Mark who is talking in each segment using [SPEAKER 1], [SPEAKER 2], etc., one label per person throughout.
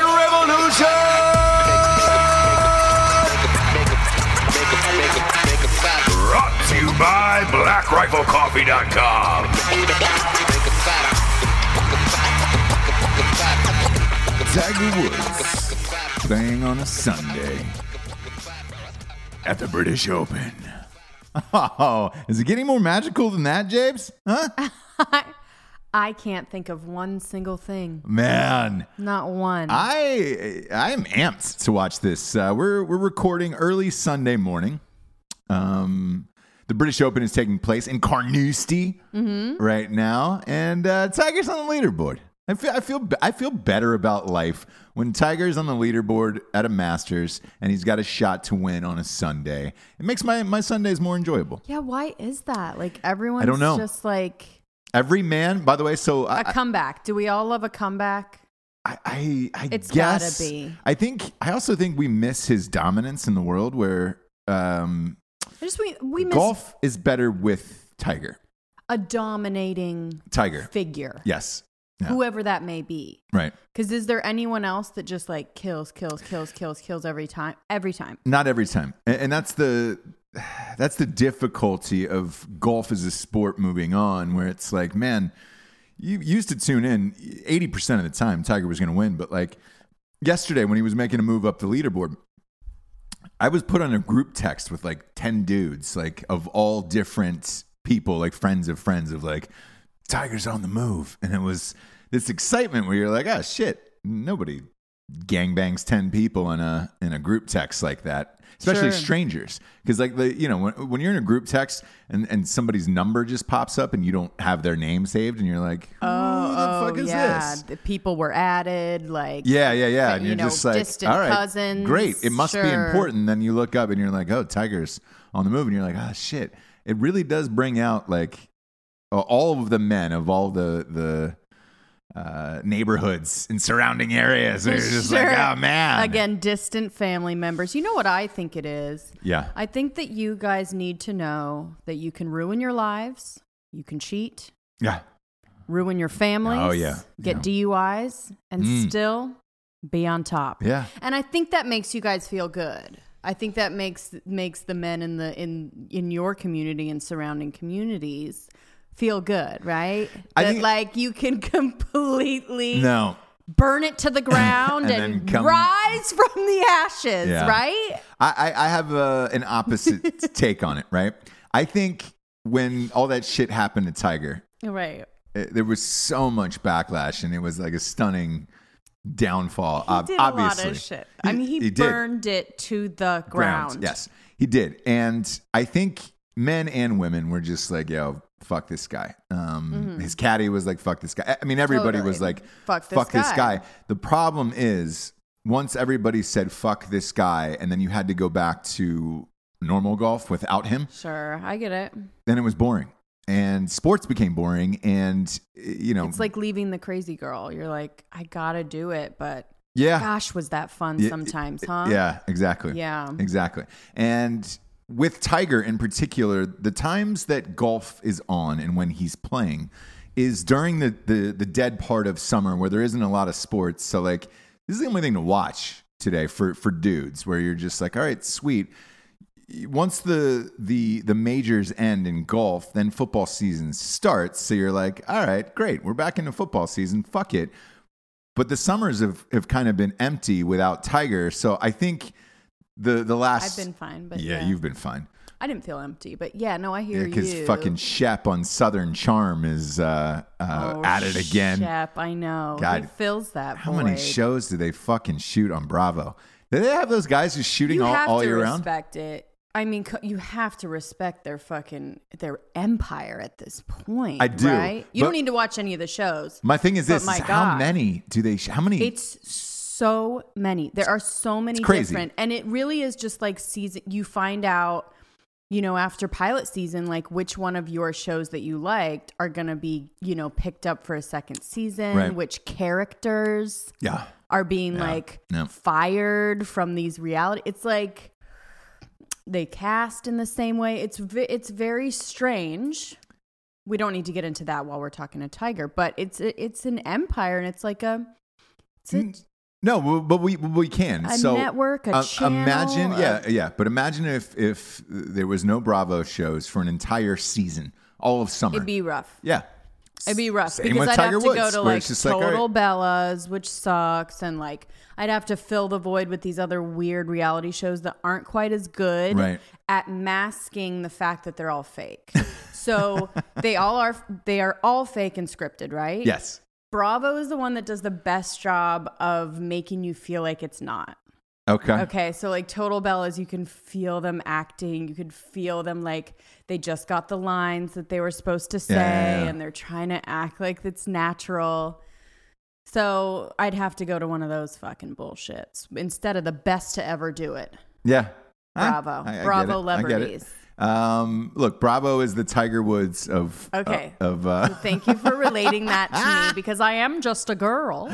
[SPEAKER 1] Revolution!
[SPEAKER 2] Brought to you by BlackRifleCoffee.com.
[SPEAKER 1] Tiger Woods playing on a Sunday at the British Open. Oh, is it getting more magical than that, Japes? Huh?
[SPEAKER 3] I can't think of one single thing.
[SPEAKER 1] Man.
[SPEAKER 3] Not one.
[SPEAKER 1] I I am amped to watch this. Uh, we're we're recording early Sunday morning. Um, the British Open is taking place in Carnoustie right now, and uh, Tiger's on the leaderboard. I feel I feel I feel better about life when Tiger's on the leaderboard at a Masters and he's got a shot to win on a Sunday. It makes my my Sundays more enjoyable.
[SPEAKER 3] yeah, why is that? Like everyone's
[SPEAKER 1] I don't know.
[SPEAKER 3] just like
[SPEAKER 1] Every man, by the way. So I,
[SPEAKER 3] a comeback. Do we all love a comeback?
[SPEAKER 1] I, I, I
[SPEAKER 3] It's gotta
[SPEAKER 1] guess,
[SPEAKER 3] be.
[SPEAKER 1] I think I also think we miss his dominance in the world where um,
[SPEAKER 3] I just we we miss
[SPEAKER 1] golf is better with Tiger.
[SPEAKER 3] a dominating
[SPEAKER 1] Tiger.
[SPEAKER 3] figure.
[SPEAKER 1] Yes.
[SPEAKER 3] whoever that may be.
[SPEAKER 1] Right.
[SPEAKER 3] Because is there anyone else that just like kills, kills, kills, kills, kills every time? Every time.
[SPEAKER 1] Not every time, and, and that's the that's the difficulty of golf as a sport moving on, where it's like, man, you used to tune in eighty percent of the time Tiger was going to win, but like yesterday when he was making a move up the leaderboard, I was put on a group text with like ten dudes, like of all different people, like friends of friends, of like Tiger's on the move, and it was this excitement where you're like, ah, shit, nobody gangbangs 10 people in a in a group text like that especially
[SPEAKER 3] Sure.
[SPEAKER 1] strangers because like the you know when, when you're in a group text and and somebody's number just pops up and you don't have their name saved and you're like who the fuck is
[SPEAKER 3] Oh, yeah,
[SPEAKER 1] this
[SPEAKER 3] the people were added. Like,
[SPEAKER 1] yeah yeah yeah
[SPEAKER 3] But,
[SPEAKER 1] and
[SPEAKER 3] you
[SPEAKER 1] you're
[SPEAKER 3] know,
[SPEAKER 1] just like
[SPEAKER 3] distant
[SPEAKER 1] all right
[SPEAKER 3] cousins,
[SPEAKER 1] great it must be
[SPEAKER 3] sure.
[SPEAKER 1] important then you look up and you're like oh tiger's on the move and you're like ah shit it really does bring out like uh, all of the men of all the the uh, neighborhoods and surrounding areas. They're just like,
[SPEAKER 3] Sure.
[SPEAKER 1] oh man.
[SPEAKER 3] Again, distant family members. You know what I think it is?
[SPEAKER 1] Yeah.
[SPEAKER 3] I think that you guys need to know that you can ruin your lives, you can cheat,
[SPEAKER 1] Yeah.
[SPEAKER 3] ruin your families,
[SPEAKER 1] Oh, yeah.
[SPEAKER 3] get
[SPEAKER 1] Yeah.
[SPEAKER 3] DUIs, and
[SPEAKER 1] Mm.
[SPEAKER 3] still be on top.
[SPEAKER 1] Yeah.
[SPEAKER 3] And I think that makes you guys feel good. I think that makes makes the men in the in in your community and surrounding communities feel good, right?
[SPEAKER 1] I
[SPEAKER 3] that
[SPEAKER 1] think-
[SPEAKER 3] like you can completely
[SPEAKER 1] No.
[SPEAKER 3] burn it to the ground
[SPEAKER 1] And
[SPEAKER 3] and,
[SPEAKER 1] then come-
[SPEAKER 3] rise from the ashes,
[SPEAKER 1] Yeah.
[SPEAKER 3] right?
[SPEAKER 1] I, I, I have uh an opposite take on it, right? I think when all that shit happened to Tiger,
[SPEAKER 3] Right.
[SPEAKER 1] it- Eh, there was so much backlash and it was like a stunning downfall.
[SPEAKER 3] He
[SPEAKER 1] ob-
[SPEAKER 3] did
[SPEAKER 1] obviously.
[SPEAKER 3] a lot of shit. I mean, he,
[SPEAKER 1] did.
[SPEAKER 3] burned it to the
[SPEAKER 1] Ground.
[SPEAKER 3] ground.
[SPEAKER 1] Yes, he did. And I think men and women were just like, yo, fuck this guy. Um, His caddy was like, fuck this guy. I- I mean, everybody was
[SPEAKER 3] Mm-hmm. Totally.
[SPEAKER 1] like,
[SPEAKER 3] Fuck this
[SPEAKER 1] guy.
[SPEAKER 3] guy.
[SPEAKER 1] The problem is, once everybody said, fuck this guy, and then you had to go back to normal golf without him,
[SPEAKER 3] Sure, I get it.
[SPEAKER 1] then it was boring. And sports became boring. And, eh, you know,
[SPEAKER 3] It's like leaving the crazy girl. You're like, I gotta do it, but
[SPEAKER 1] yeah.
[SPEAKER 3] gosh, was that fun
[SPEAKER 1] Yeah,
[SPEAKER 3] sometimes, huh?
[SPEAKER 1] Yeah, exactly.
[SPEAKER 3] Uh-huh. Yeah.
[SPEAKER 1] Exactly. And with Tiger in particular, the times that golf is on and when he's playing is during the, the, the dead part of summer where there isn't a lot of sports. So, like, this is the only thing to watch today for, for dudes where you're just like, all right, sweet. Once the the the majors end in golf, then football season starts. So you're like, all right, great, we're back into football season. Fuck it but the summers have, have kind of been empty without Tiger. So I think the the
[SPEAKER 3] I've
[SPEAKER 1] last
[SPEAKER 3] been fine, but
[SPEAKER 1] yeah,
[SPEAKER 3] yeah,
[SPEAKER 1] you've been fine
[SPEAKER 3] I didn't feel empty, but yeah, no, I hear
[SPEAKER 1] because
[SPEAKER 3] you.
[SPEAKER 1] fucking Shep on Southern Charm is uh, uh,
[SPEAKER 3] Oh,
[SPEAKER 1] at it again.
[SPEAKER 3] Shep, I know.
[SPEAKER 1] God,
[SPEAKER 3] he fills that.
[SPEAKER 1] How many
[SPEAKER 3] void.
[SPEAKER 1] shows do they fucking shoot on Bravo? Do they have those guys just shooting
[SPEAKER 3] You
[SPEAKER 1] all,
[SPEAKER 3] have
[SPEAKER 1] all
[SPEAKER 3] to
[SPEAKER 1] year round?
[SPEAKER 3] respect it. I mean, co- you have to respect their fucking their empire at this point.
[SPEAKER 1] I do,
[SPEAKER 3] Right? You
[SPEAKER 1] but-
[SPEAKER 3] don't need to watch any of the shows.
[SPEAKER 1] My thing is
[SPEAKER 3] But
[SPEAKER 1] this: is
[SPEAKER 3] my
[SPEAKER 1] how
[SPEAKER 3] God.
[SPEAKER 1] many do they? Sh- how many?
[SPEAKER 3] It's so many. There are so many
[SPEAKER 1] crazy.
[SPEAKER 3] different, and it really is just like season. You find out, you know, after pilot season, like which one of your shows that you liked are going to be, you know, picked up for a second season.
[SPEAKER 1] Right.
[SPEAKER 3] Which characters
[SPEAKER 1] yeah,
[SPEAKER 3] are being like
[SPEAKER 1] yeah.
[SPEAKER 3] fired from these reality? It's like they cast in the same way. It's ve- it's very strange. We don't need to get into that while we're talking to Tiger, but it's it's an empire and it's like a it's a
[SPEAKER 1] Mm. No, w- but we we can.
[SPEAKER 3] A
[SPEAKER 1] so uh,
[SPEAKER 3] network, a channel,
[SPEAKER 1] Imagine,
[SPEAKER 3] a-
[SPEAKER 1] yeah, yeah. But imagine if if there was no Bravo shows for an entire season, all of summer.
[SPEAKER 3] It'd be rough.
[SPEAKER 1] yeah,
[SPEAKER 3] It'd be rough
[SPEAKER 1] Same
[SPEAKER 3] because
[SPEAKER 1] with
[SPEAKER 3] I'd
[SPEAKER 1] Tiger
[SPEAKER 3] have to
[SPEAKER 1] Woods,
[SPEAKER 3] go to
[SPEAKER 1] where
[SPEAKER 3] like
[SPEAKER 1] it's just like, all right.
[SPEAKER 3] total Bellas, which sucks, and like I'd have to fill the void with these other weird reality shows that aren't quite as good
[SPEAKER 1] Right.
[SPEAKER 3] at masking the fact that they're all fake. so they all are they are all fake and scripted, right?
[SPEAKER 1] yes,
[SPEAKER 3] Bravo is the one that does the best job of making you feel like it's not.
[SPEAKER 1] okay,
[SPEAKER 3] Okay, so like total bellas, you can feel them acting. You can feel them like they just got the lines that they were supposed to say,
[SPEAKER 1] Yeah, yeah, yeah.
[SPEAKER 3] and they're trying to act like it's natural. So I'd have to go to one of those fucking bullshits instead of the best to ever do it.
[SPEAKER 1] yeah. Huh?
[SPEAKER 3] Bravo,
[SPEAKER 1] I- I get it.
[SPEAKER 3] Bravo,
[SPEAKER 1] I get it.
[SPEAKER 3] celebrities.
[SPEAKER 1] Um, look, Bravo is the Tiger Woods of
[SPEAKER 3] Okay.
[SPEAKER 1] uh, of uh,
[SPEAKER 3] Thank you for relating that to me because I am just a girl.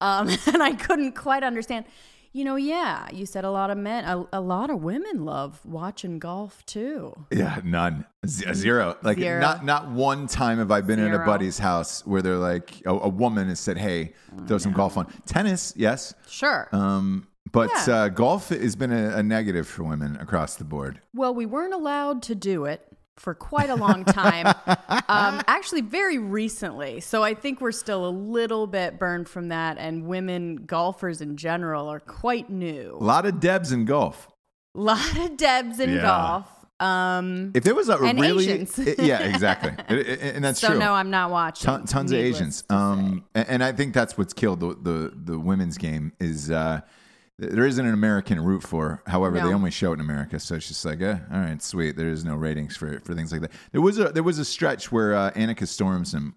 [SPEAKER 3] Um, and I couldn't quite understand. You know, yeah, you said a lot of men, a, a lot of women love watching golf too.
[SPEAKER 1] Yeah, none, Z- uh, zero. Like
[SPEAKER 3] Zero.
[SPEAKER 1] not not one time have I been at a
[SPEAKER 3] Zero.
[SPEAKER 1] buddy's house where they're like a, a woman has said, "Hey, throw some golf on." Tennis, yes,
[SPEAKER 3] Sure.
[SPEAKER 1] um, but
[SPEAKER 3] Yeah.
[SPEAKER 1] uh, golf has been a, a negative for women across the board.
[SPEAKER 3] Well, we weren't allowed to do it for quite a long time. um, actually, very recently. So I think we're still a little bit burned from that. And women golfers in general are quite
[SPEAKER 1] A
[SPEAKER 3] new.
[SPEAKER 1] lot of Debs in golf.
[SPEAKER 3] lot of Debs in
[SPEAKER 1] Yeah.
[SPEAKER 3] golf. Um,
[SPEAKER 1] If there was a
[SPEAKER 3] And
[SPEAKER 1] really,
[SPEAKER 3] Asians.
[SPEAKER 1] it- yeah, exactly, It- it- and that's
[SPEAKER 3] so
[SPEAKER 1] true.
[SPEAKER 3] no, I'm not watching.
[SPEAKER 1] Ton, tons of
[SPEAKER 3] needless
[SPEAKER 1] Asians,
[SPEAKER 3] to
[SPEAKER 1] um, a- and, I think that's what's killed the the, the women's game is uh, th- there isn't an American to root for. However,
[SPEAKER 3] No.
[SPEAKER 1] they only show it in America, so it's just like, eh, all right, sweet. There is no ratings for for things like that. There was a there was a stretch where uh, Annika Stormson,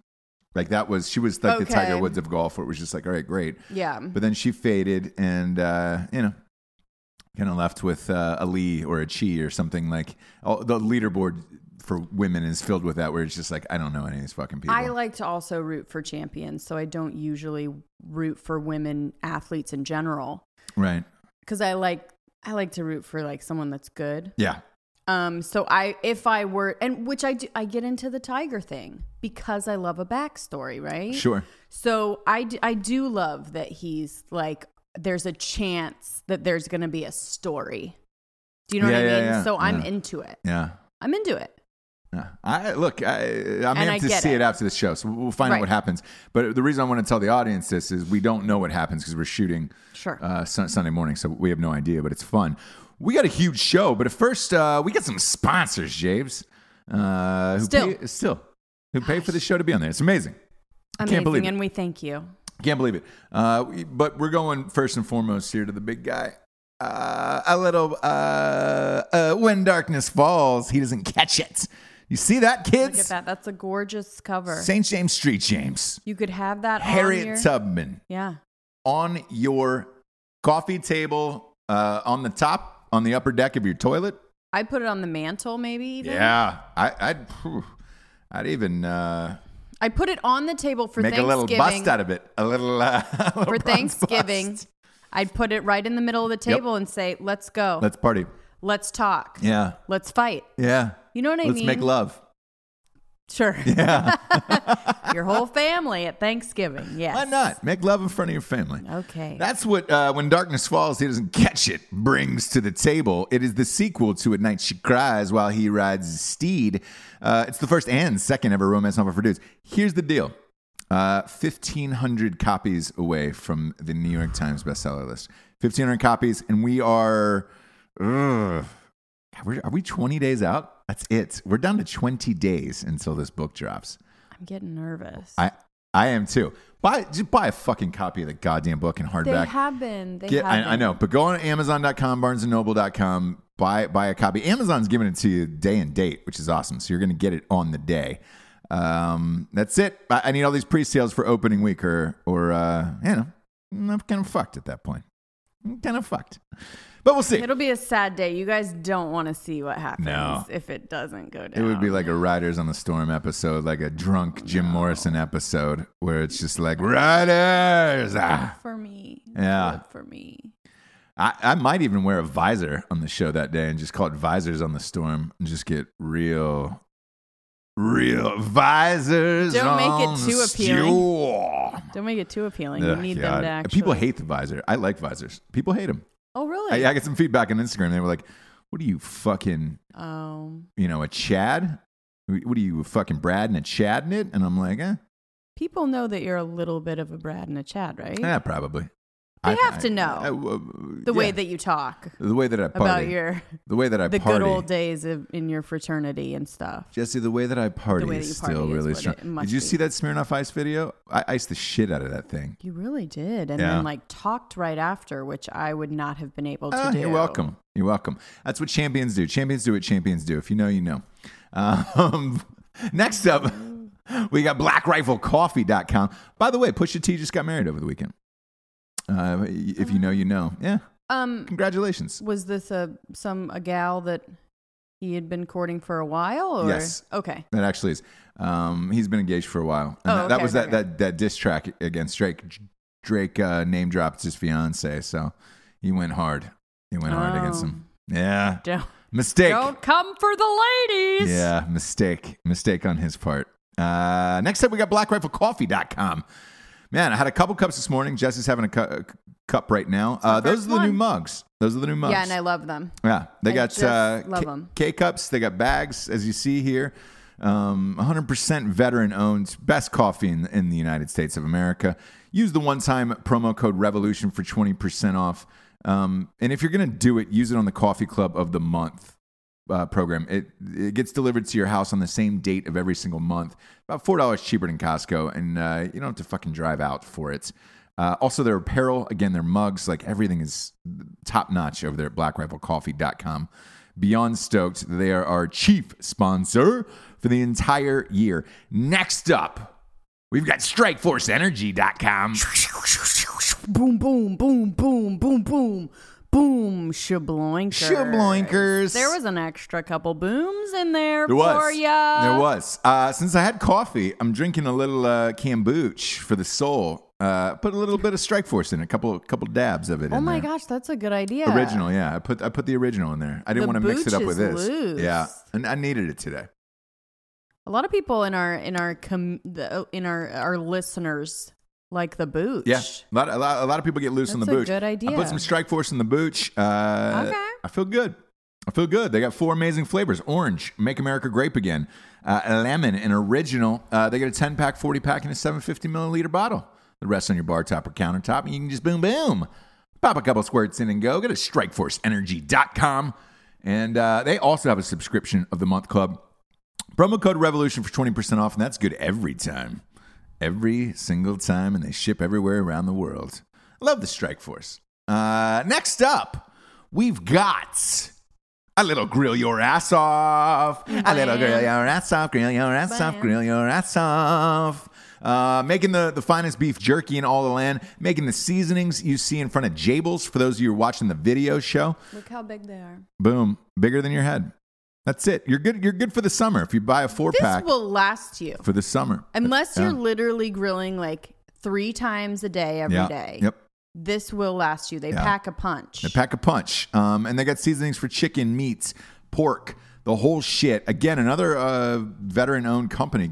[SPEAKER 1] like that was she was like the
[SPEAKER 3] Okay.
[SPEAKER 1] Tiger Woods of golf, where it was just like, all right, great.
[SPEAKER 3] say. Yeah.
[SPEAKER 1] But then she faded, and uh, you know, kind of left with uh, a Lee or a Chi or something like. Oh, the leaderboard for women is filled with that, where it's just like, I don't know any of these fucking people.
[SPEAKER 3] I like to also root for champions, so I don't usually root for women athletes in general
[SPEAKER 1] right?
[SPEAKER 3] because I like I like to root for like someone that's good.
[SPEAKER 1] Yeah,
[SPEAKER 3] Um, so I, if I were, and which I do, I get into the tiger thing because I love a backstory, right?
[SPEAKER 1] sure.
[SPEAKER 3] So I, d- I do love that he's like, there's a chance that there's going to be a story. Do you know what
[SPEAKER 1] Yeah,
[SPEAKER 3] I
[SPEAKER 1] yeah,
[SPEAKER 3] mean?
[SPEAKER 1] yeah,
[SPEAKER 3] so I'm
[SPEAKER 1] yeah.
[SPEAKER 3] into it.
[SPEAKER 1] Yeah.
[SPEAKER 3] I'm into it.
[SPEAKER 1] Yeah. I look. I, I'm
[SPEAKER 3] And I
[SPEAKER 1] amped to
[SPEAKER 3] get
[SPEAKER 1] see it.
[SPEAKER 3] it.
[SPEAKER 1] after the show, so we'll find out
[SPEAKER 3] Right.
[SPEAKER 1] what happens. But the reason I want to tell the audience this is we don't know what happens because we're shooting
[SPEAKER 3] Sure.
[SPEAKER 1] uh, Sun- Sunday morning, so we have no idea. But it's fun. We got a huge show, but at first uh, we got some sponsors, James. Uh, who
[SPEAKER 3] Still.
[SPEAKER 1] pay, still, who pay for the show to be on there? It's amazing.
[SPEAKER 3] Amazing.
[SPEAKER 1] believe it.
[SPEAKER 3] and we thank you.
[SPEAKER 1] Can't believe it. Uh, we- but we're going first and foremost here to the big guy. Uh, a little uh, uh, when darkness falls, he doesn't catch it. You see that,
[SPEAKER 3] Look at
[SPEAKER 1] kids?
[SPEAKER 3] that. That's a gorgeous cover.
[SPEAKER 1] St. James Street, James.
[SPEAKER 3] You could have that. on your,
[SPEAKER 1] Harriet Tubman
[SPEAKER 3] Yeah.
[SPEAKER 1] on your coffee table, uh, on the top, on the upper deck of your toilet.
[SPEAKER 3] I put it on the mantle, maybe. Even.
[SPEAKER 1] Yeah, I, I'd, phew, I'd even uh,
[SPEAKER 3] I put it on the table for
[SPEAKER 1] make a
[SPEAKER 3] Thanksgiving.
[SPEAKER 1] little bust out of it. A little, uh, a little
[SPEAKER 3] for
[SPEAKER 1] bronze
[SPEAKER 3] Thanksgiving,
[SPEAKER 1] bust.
[SPEAKER 3] I'd put it right in the middle of the table and say, "Let's go. Let's,
[SPEAKER 1] Let's party.
[SPEAKER 3] talk.
[SPEAKER 1] Yeah,
[SPEAKER 3] Let's fight."
[SPEAKER 1] yeah.
[SPEAKER 3] You know what I
[SPEAKER 1] Let's
[SPEAKER 3] mean?
[SPEAKER 1] make love.
[SPEAKER 3] Sure.
[SPEAKER 1] Yeah.
[SPEAKER 3] Your whole family at Thanksgiving. Yes.
[SPEAKER 1] Why not? Make love in front of your family.
[SPEAKER 3] Okay.
[SPEAKER 1] That's what uh, When Darkness Falls, He Doesn't Catch It brings to the table. It is the sequel to At Night She Cries While He Rides His Steed. Uh, it's the first and second ever romance novel for dudes. Here's the deal. Uh, 1,500 copies away from the New York Times bestseller list. 1,500 copies, and we are... Ugh. God, we're- are we 20 days out? That's it. We're down to 20 days until this book drops.
[SPEAKER 3] I'm getting nervous.
[SPEAKER 1] I I am too. Buy just buy a fucking copy of the goddamn book in
[SPEAKER 3] they
[SPEAKER 1] hardback.
[SPEAKER 3] have been. They
[SPEAKER 1] Get-
[SPEAKER 3] have
[SPEAKER 1] I, I
[SPEAKER 3] been.
[SPEAKER 1] know, but go on Amazon.com, BarnesandNoble.com, buy buy a copy. Amazon's giving it to you day and date, which is awesome. So you're gonna get it on the day. Um, that's it. I, I need all these pre-sales for opening week, or or uh, you know, I'm kind of fucked at that point. I'm kind of fucked, but we'll see.
[SPEAKER 3] It'll be a sad day. You guys don't want to see what happens
[SPEAKER 1] No.
[SPEAKER 3] if it doesn't go down.
[SPEAKER 1] It would be like a Riders on the Storm episode, like a drunk Jim Morrison episode, where it's just like Riders. Ah.
[SPEAKER 3] for me.
[SPEAKER 1] Yeah.
[SPEAKER 3] Good For me.
[SPEAKER 1] I, I might even wear a visor on the show that day and just call it Visors on the Storm and just get real, real visors.
[SPEAKER 3] Don't make it
[SPEAKER 1] on the
[SPEAKER 3] too appealing.
[SPEAKER 1] Storm.
[SPEAKER 3] Don't make it too appealing.
[SPEAKER 1] Ugh,
[SPEAKER 3] you need them
[SPEAKER 1] God.
[SPEAKER 3] to actually.
[SPEAKER 1] People hate the visor. I like visors. People hate them.
[SPEAKER 3] Oh
[SPEAKER 1] I,
[SPEAKER 3] really?
[SPEAKER 1] I get some feedback on Instagram. They were like, "What are you fucking?
[SPEAKER 3] um,
[SPEAKER 1] You know, a Chad? What are you a fucking Brad and a Chad in it?" And I'm like, "Eh,
[SPEAKER 3] people know that you're a little bit of a Brad and a Chad, right?
[SPEAKER 1] yeah, probably."
[SPEAKER 3] They have to know
[SPEAKER 1] uh,
[SPEAKER 3] the way
[SPEAKER 1] yeah.
[SPEAKER 3] that you talk
[SPEAKER 1] the way that I party,
[SPEAKER 3] about your
[SPEAKER 1] the way that I
[SPEAKER 3] the
[SPEAKER 1] party,
[SPEAKER 3] good old days of, in your fraternity and stuff.
[SPEAKER 1] Jesse, the way that I party
[SPEAKER 3] The way that
[SPEAKER 1] is
[SPEAKER 3] you party
[SPEAKER 1] still
[SPEAKER 3] is
[SPEAKER 1] really
[SPEAKER 3] what
[SPEAKER 1] strong.
[SPEAKER 3] it must
[SPEAKER 1] Did you
[SPEAKER 3] be.
[SPEAKER 1] see that Smirnoff Ice video? I iced the shit out of that thing.
[SPEAKER 3] You really did, and
[SPEAKER 1] Yeah.
[SPEAKER 3] then like talked right after, which I would not have been able to
[SPEAKER 1] Ah,
[SPEAKER 3] do.
[SPEAKER 1] you're welcome. You're welcome. That's what champions do. Champions do what champions do. If you know, you know. Um, next up, we got blackriflecoffee.com. By the way, Pusha T just got married over the weekend. Uh, if you know, you know. Yeah,
[SPEAKER 3] Um,
[SPEAKER 1] congratulations.
[SPEAKER 3] was this a some a gal that he had been courting for a while? Or?
[SPEAKER 1] Yes.
[SPEAKER 3] Okay.
[SPEAKER 1] That actually is. Um, he's been engaged for a while. And
[SPEAKER 3] Oh,
[SPEAKER 1] that, that
[SPEAKER 3] okay,
[SPEAKER 1] was
[SPEAKER 3] okay,
[SPEAKER 1] that, that that diss track against Drake. Drake uh, name dropped his fiance, so You went hard. You went hard against
[SPEAKER 3] Oh.
[SPEAKER 1] him. Yeah.
[SPEAKER 3] Don't,
[SPEAKER 1] Mistake.
[SPEAKER 3] don't come for the ladies.
[SPEAKER 1] Yeah, mistake. Mistake on his part. Uh, next up, we got blackriflecoffee.com. Man, I had a couple cups this morning. Jess is having a, cu- a cu- cup right now. Uh, those are
[SPEAKER 3] first
[SPEAKER 1] the new
[SPEAKER 3] one.
[SPEAKER 1] mugs. Those are the new mugs.
[SPEAKER 3] Yeah, and I love them.
[SPEAKER 1] Yeah, they
[SPEAKER 3] I
[SPEAKER 1] got
[SPEAKER 3] just
[SPEAKER 1] uh,
[SPEAKER 3] love
[SPEAKER 1] K-
[SPEAKER 3] 'em.
[SPEAKER 1] K-cups. They got bags, as you see here. Um, 100% veteran owned, best coffee in, in the United States of America. Use the one time promo code REVOLUTION for 20% off. Um, and if you're going to do it, use it on the Coffee Club of the Month uh, program. It, it gets delivered to your house on the same date of every single month, about $4 cheaper than Costco. And uh, you don't have to fucking drive out for it. Uh, also, their apparel, again, their mugs, like everything is top notch over there at blackriflecoffee.com. Beyond stoked, they are our chief sponsor for the entire year. Next up, we've got strikeforceenergy.com.
[SPEAKER 3] Boom, boom, boom, boom, boom, boom, boom. Shabloinkers.
[SPEAKER 1] Shabloinkers.
[SPEAKER 3] There was an extra couple booms in there,
[SPEAKER 1] There was.
[SPEAKER 3] for ya.
[SPEAKER 1] There was. Uh, since I had coffee, I'm drinking a little uh, kombucha for the soul. Uh, put a little bit of Strike Force in, it, a couple couple dabs of it.
[SPEAKER 3] Oh
[SPEAKER 1] in
[SPEAKER 3] my
[SPEAKER 1] there.
[SPEAKER 3] gosh, that's a good idea.
[SPEAKER 1] Original, yeah. I put I put the original in there. I didn't
[SPEAKER 3] The
[SPEAKER 1] want to mix it up
[SPEAKER 3] booch
[SPEAKER 1] with
[SPEAKER 3] is
[SPEAKER 1] this.
[SPEAKER 3] loose.
[SPEAKER 1] Yeah, and I needed it today.
[SPEAKER 3] A lot of people in our in our com- the, in our our listeners like the boots.
[SPEAKER 1] Yeah, a lot, a lot, a lot of people get loose on the
[SPEAKER 3] That's a
[SPEAKER 1] booch.
[SPEAKER 3] good
[SPEAKER 1] I
[SPEAKER 3] idea.
[SPEAKER 1] put some Strike Force in the booch. Uh,
[SPEAKER 3] Okay.
[SPEAKER 1] I feel good. I feel good. They got four amazing flavors: orange, make America grape again; uh, lemon, an original. Uh, they got a ten pack, forty pack, and a seven fifty milliliter bottle. The rest on your bar top or countertop, and you can just boom, boom, pop a couple squirts in and go. Go to StrikeForceEnergy.com, and uh, they also have a subscription of the month club. Promo code Revolution for 20% off, and that's good every time. Every single time, and they ship everywhere around the world. I love the Strike Force. Uh, next up, we've got a little grill your ass off. A little grill your ass off, grill your ass off, grill your ass off. Uh, making the, the finest beef jerky in all the land, making the seasonings you see in front of Jables for those of you who are watching the video show.
[SPEAKER 3] Look how big they are.
[SPEAKER 1] Boom, bigger than your head. That's it. You're good. You're good for the summer if you buy a four
[SPEAKER 3] This
[SPEAKER 1] pack
[SPEAKER 3] will last you
[SPEAKER 1] for the summer.
[SPEAKER 3] unless
[SPEAKER 1] Yeah.
[SPEAKER 3] you're literally grilling like three times a day every day.
[SPEAKER 1] yeah. Yep.
[SPEAKER 3] This will last you. They
[SPEAKER 1] Yeah.
[SPEAKER 3] pack a punch.
[SPEAKER 1] They pack a punch. Um, and they got seasonings for chicken, meats, pork, the whole shit. Again, another uh, veteran owned company,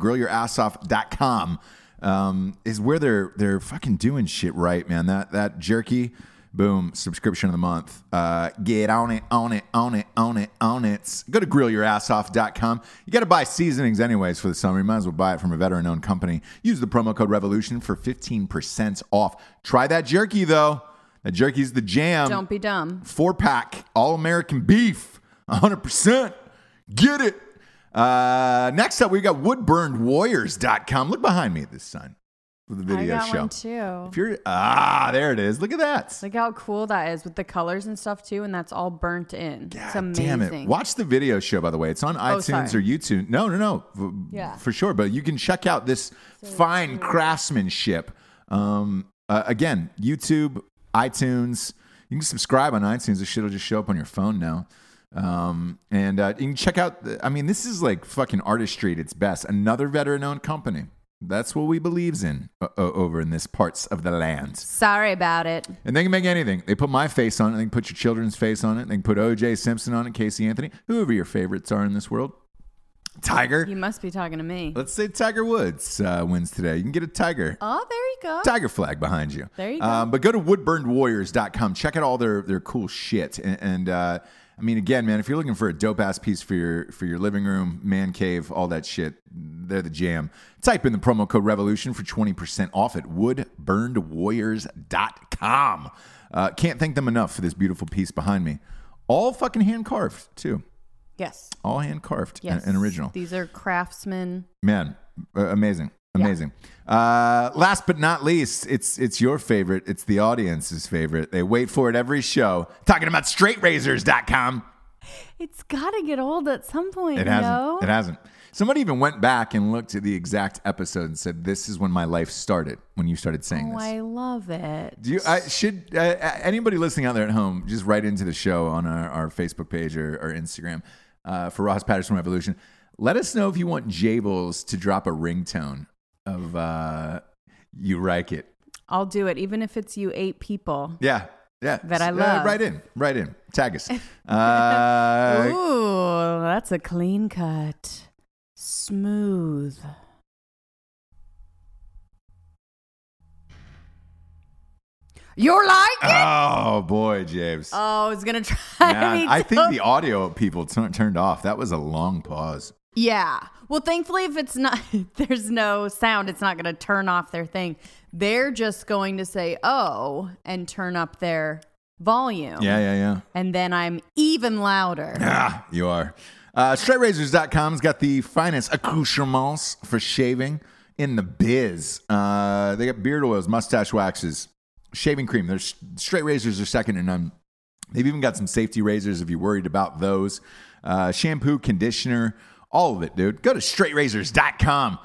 [SPEAKER 1] grillyourassoff.com, um, is where they're they're fucking doing shit right, man. That that jerky, boom, subscription of the month. Uh, get on it, on it, on it, on it, on it. Go to grillyourassoff.com. You got to buy seasonings anyways for the summer. You might as well buy it from a veteran owned company. Use the promo code REVOLUTION for 15% off. Try that jerky though. That jerky's the jam
[SPEAKER 3] Don't be dumb.
[SPEAKER 1] four pack all American beef, 100%. Get it. Uh, next up, we got woodburnedwarriors.com. Look behind me at this sign for the video
[SPEAKER 3] I got
[SPEAKER 1] show.
[SPEAKER 3] one too.
[SPEAKER 1] If you're ah, there it is. Look at that.
[SPEAKER 3] Look how cool that is with the colors and stuff too, and that's all burnt in. it's
[SPEAKER 1] God
[SPEAKER 3] amazing. Oh,
[SPEAKER 1] Damn it. Watch the video show, by the way. It's on iTunes
[SPEAKER 3] sorry.
[SPEAKER 1] or YouTube. No, no, no. For,
[SPEAKER 3] Yeah.
[SPEAKER 1] for sure. But you can check out this fine craftsmanship. Um, uh, again, YouTube, iTunes. You can subscribe on iTunes. This shit will just show up on your phone now. Um, and uh, you can check out, the- I mean, this is like fucking artistry at its best. Another veteran owned company. That's what we believes in uh, o- over in this parts of the land.
[SPEAKER 3] Sorry about it.
[SPEAKER 1] And they can make anything. They put my face on it. They can put your children's face on it. They can put OJ Simpson on it, Casey Anthony, whoever your favorites are in this world. Tiger.
[SPEAKER 3] You must be talking to me.
[SPEAKER 1] Let's say Tiger Woods uh, wins today. You can get a tiger.
[SPEAKER 3] Oh, there you go.
[SPEAKER 1] Tiger flag behind you.
[SPEAKER 3] There you go.
[SPEAKER 1] Um, but go to woodburnedwarriors.com. Check out all their their cool shit. And, and uh, I mean, again, man, if you're looking for a dope ass piece for your for your living room, man cave, all that shit, they're the jam. Type in the promo code Revolution for twenty percent off at woodburnedwarriors.com. Uh, can't thank them enough for this beautiful piece behind me. All fucking hand carved too.
[SPEAKER 3] Yes.
[SPEAKER 1] All hand carved
[SPEAKER 3] Yes.
[SPEAKER 1] and, and original.
[SPEAKER 3] These are craftsmen.
[SPEAKER 1] Man, uh, amazing, amazing. Uh, last but not least, it's it's your favorite. It's the audience's favorite. They wait for it every show. Talking about straightrazors.com.
[SPEAKER 3] It's got to get old at some point.
[SPEAKER 1] It hasn't. It hasn't. Somebody even went back and looked at the exact episode and said, "This is when my life started. When you started saying
[SPEAKER 3] Oh,
[SPEAKER 1] this."
[SPEAKER 3] I love it.
[SPEAKER 1] Do you, I should uh, uh, anybody listening out there at home just write into the show on our, our Facebook page or, or Instagram uh, for Ross Patterson Revolution. Let us know if you want Jables to drop a ringtone of uh, "You Like It."
[SPEAKER 3] I'll do it, even if it's you eight people.
[SPEAKER 1] Yeah, Yeah.
[SPEAKER 3] That I
[SPEAKER 1] Uh,
[SPEAKER 3] love.
[SPEAKER 1] right in. Right in. Tag us. Uh,
[SPEAKER 3] Ooh, that's a clean cut. Smooth. You're like it?
[SPEAKER 1] oh, boy, James.
[SPEAKER 3] Oh, it's gonna try
[SPEAKER 1] Yeah,
[SPEAKER 3] me.
[SPEAKER 1] I think
[SPEAKER 3] so-
[SPEAKER 1] the audio people turn turned off. That was a long pause.
[SPEAKER 3] Yeah. Well, thankfully, if it's not, if there's no sound, it's not gonna turn off their thing. They're just going to say oh and turn up their volume.
[SPEAKER 1] Yeah, yeah, yeah.
[SPEAKER 3] And then I'm even louder.
[SPEAKER 1] Ah, you are. Uh, StraightRazors.com's got the finest accoutrements for shaving in the biz. Uh, they got beard oils, mustache waxes, shaving cream. Their s- straight razors are second to none. They've even got some safety razors if you're worried about those. Uh, shampoo, conditioner, all of it, dude. Go to straightrazors.com.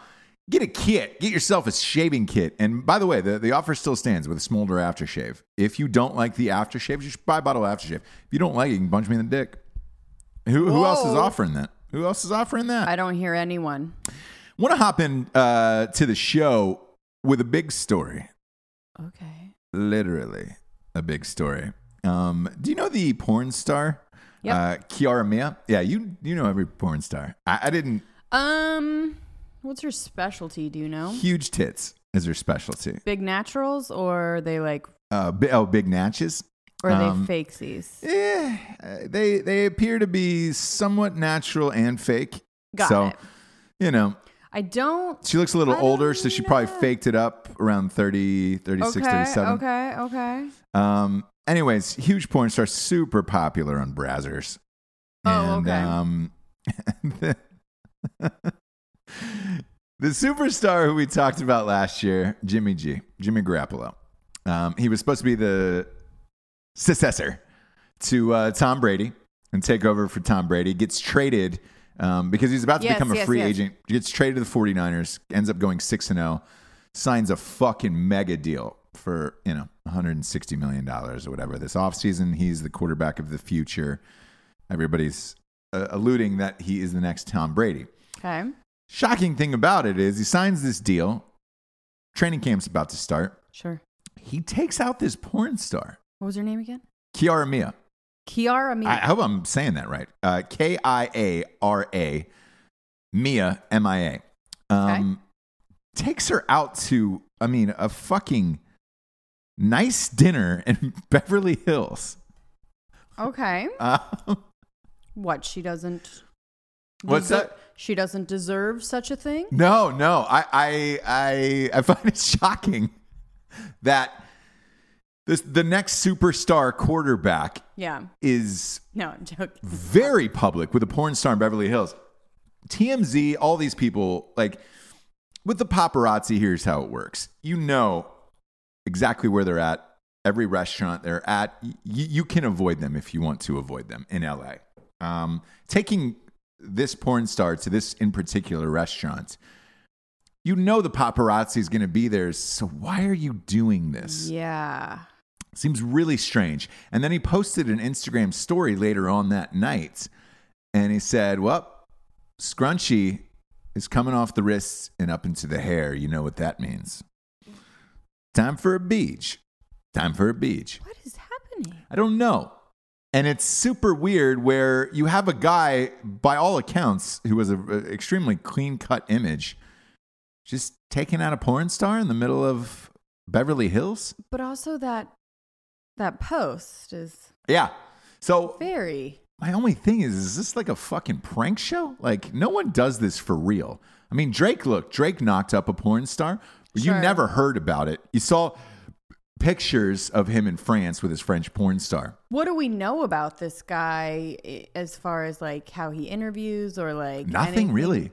[SPEAKER 1] Get a kit. Get yourself a shaving kit. And by the way, the, the offer still stands with a smolder aftershave. If you don't like the aftershave, just buy a bottle of aftershave. If you don't like it, you can punch me in the dick. Who, who else is
[SPEAKER 3] Whoa.
[SPEAKER 1] offering that? Who else is offering that?
[SPEAKER 3] I don't hear anyone.
[SPEAKER 1] want to hop in uh, to the show with a big story.
[SPEAKER 3] Okay.
[SPEAKER 1] Literally a big story. Um, do you know the porn star?
[SPEAKER 3] Yep.
[SPEAKER 1] Uh, Kiara Mia? Yeah, you you know every porn star. I, I didn't.
[SPEAKER 3] Um, what's her specialty? Do you know?
[SPEAKER 1] Huge tits is her specialty.
[SPEAKER 3] Big naturals, or are they like,
[SPEAKER 1] Uh, bi- oh, big natches.
[SPEAKER 3] or are
[SPEAKER 1] Um,
[SPEAKER 3] they fakesies?
[SPEAKER 1] Eh, uh, they they appear to be somewhat natural and fake.
[SPEAKER 3] Got
[SPEAKER 1] so,
[SPEAKER 3] it.
[SPEAKER 1] you know,
[SPEAKER 3] I don't.
[SPEAKER 1] she looks a little
[SPEAKER 3] I
[SPEAKER 1] older,
[SPEAKER 3] don't
[SPEAKER 1] so she probably
[SPEAKER 3] know.
[SPEAKER 1] faked it up around 30, 36,
[SPEAKER 3] Okay.
[SPEAKER 1] 37.
[SPEAKER 3] Okay. Okay.
[SPEAKER 1] Um, anyways, huge porn star, super popular on Brazzers.
[SPEAKER 3] Oh, okay.
[SPEAKER 1] Um, the, the superstar who we talked about last year, Jimmy G, Jimmy Garoppolo. Um, he was supposed to be the successor to uh, Tom Brady and take over for Tom Brady. Gets traded um, because he's about to
[SPEAKER 3] Yes,
[SPEAKER 1] become a
[SPEAKER 3] yes,
[SPEAKER 1] free
[SPEAKER 3] yes.
[SPEAKER 1] agent. Gets traded to the 49ers, ends up going 6 and 0, signs a fucking mega deal for, you know, $160 million or whatever this offseason. He's the quarterback of the future. Everybody's uh, alluding that he is the next Tom Brady.
[SPEAKER 3] Okay.
[SPEAKER 1] Shocking thing about it is he signs this deal. Training camp's about to start.
[SPEAKER 3] Sure.
[SPEAKER 1] He takes out this porn star,
[SPEAKER 3] What was her name again?
[SPEAKER 1] Kiara Mia.
[SPEAKER 3] Kiara Mia.
[SPEAKER 1] I hope I'm saying that right. Uh, K I A R A, Mia M I A. Um, Takes her out to, I mean, a fucking nice dinner in Beverly Hills.
[SPEAKER 3] okay.
[SPEAKER 1] Uh,
[SPEAKER 3] What? She doesn't.
[SPEAKER 1] What's
[SPEAKER 3] deser-
[SPEAKER 1] that?
[SPEAKER 3] She doesn't deserve such a thing.
[SPEAKER 1] no, no, I, I, I, I find it shocking that this the next superstar quarterback
[SPEAKER 3] Yeah.
[SPEAKER 1] is
[SPEAKER 3] No, I'm joking.
[SPEAKER 1] very public with a porn star in Beverly Hills. TMZ, all these people, like with the paparazzi, here's how it works. You know exactly where they're at, every restaurant they're at. Y- you can avoid them if you want to avoid them in LA. Um, taking this porn star to this in particular restaurant, you know the paparazzi is going to be there. So why are you doing this?
[SPEAKER 3] Yeah.
[SPEAKER 1] Seems really strange. And then he posted an Instagram story later on that night and he said, Well, scrunchy is coming off the wrists and up into the hair. You know what that means. Time for a beach. Time for a beach.
[SPEAKER 3] What is happening?
[SPEAKER 1] I don't know. And it's super weird where you have a guy, by all accounts, who was an extremely clean cut image, just taking out a porn star in the middle of Beverly Hills.
[SPEAKER 3] But also that that post is
[SPEAKER 1] Yeah. So
[SPEAKER 3] very.
[SPEAKER 1] My only thing is, is this like a fucking prank show? Like, no one does this for real. I mean, Drake, look, Drake knocked up a porn star, but you
[SPEAKER 3] Sure.
[SPEAKER 1] never heard about it. You saw pictures of him in France with his French porn star.
[SPEAKER 3] What do we know about this guy i- as far as like how he interviews or like
[SPEAKER 1] Nothing
[SPEAKER 3] anything?
[SPEAKER 1] really.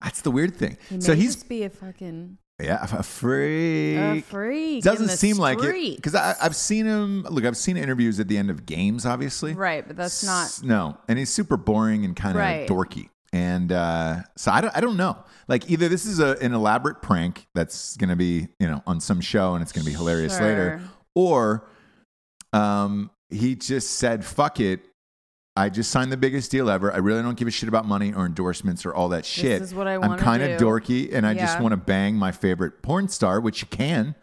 [SPEAKER 1] That's the weird thing.
[SPEAKER 3] He may
[SPEAKER 1] So he's,
[SPEAKER 3] just be a fucking
[SPEAKER 1] yeah, a freak.
[SPEAKER 3] a freak.
[SPEAKER 1] Doesn't
[SPEAKER 3] in the
[SPEAKER 1] seem like it.
[SPEAKER 3] streets.
[SPEAKER 1] Because I've seen him, look, I've seen interviews at the end of games, obviously.
[SPEAKER 3] right, but that's
[SPEAKER 1] S-
[SPEAKER 3] not
[SPEAKER 1] no and he's super boring and kind of
[SPEAKER 3] Right.
[SPEAKER 1] dorky and uh, so I don't, I don't know like either this is a, an elaborate prank that's gonna be you know on some show and it's gonna be hilarious later
[SPEAKER 3] Sure.
[SPEAKER 1] or um, he just said fuck it I just signed the biggest deal ever. I really don't give a shit about money or endorsements or all that shit.
[SPEAKER 3] is what I
[SPEAKER 1] I'm
[SPEAKER 3] wanna
[SPEAKER 1] kind of
[SPEAKER 3] do.
[SPEAKER 1] dorky and I just
[SPEAKER 3] Yeah.
[SPEAKER 1] want to bang my favorite porn star, which you can.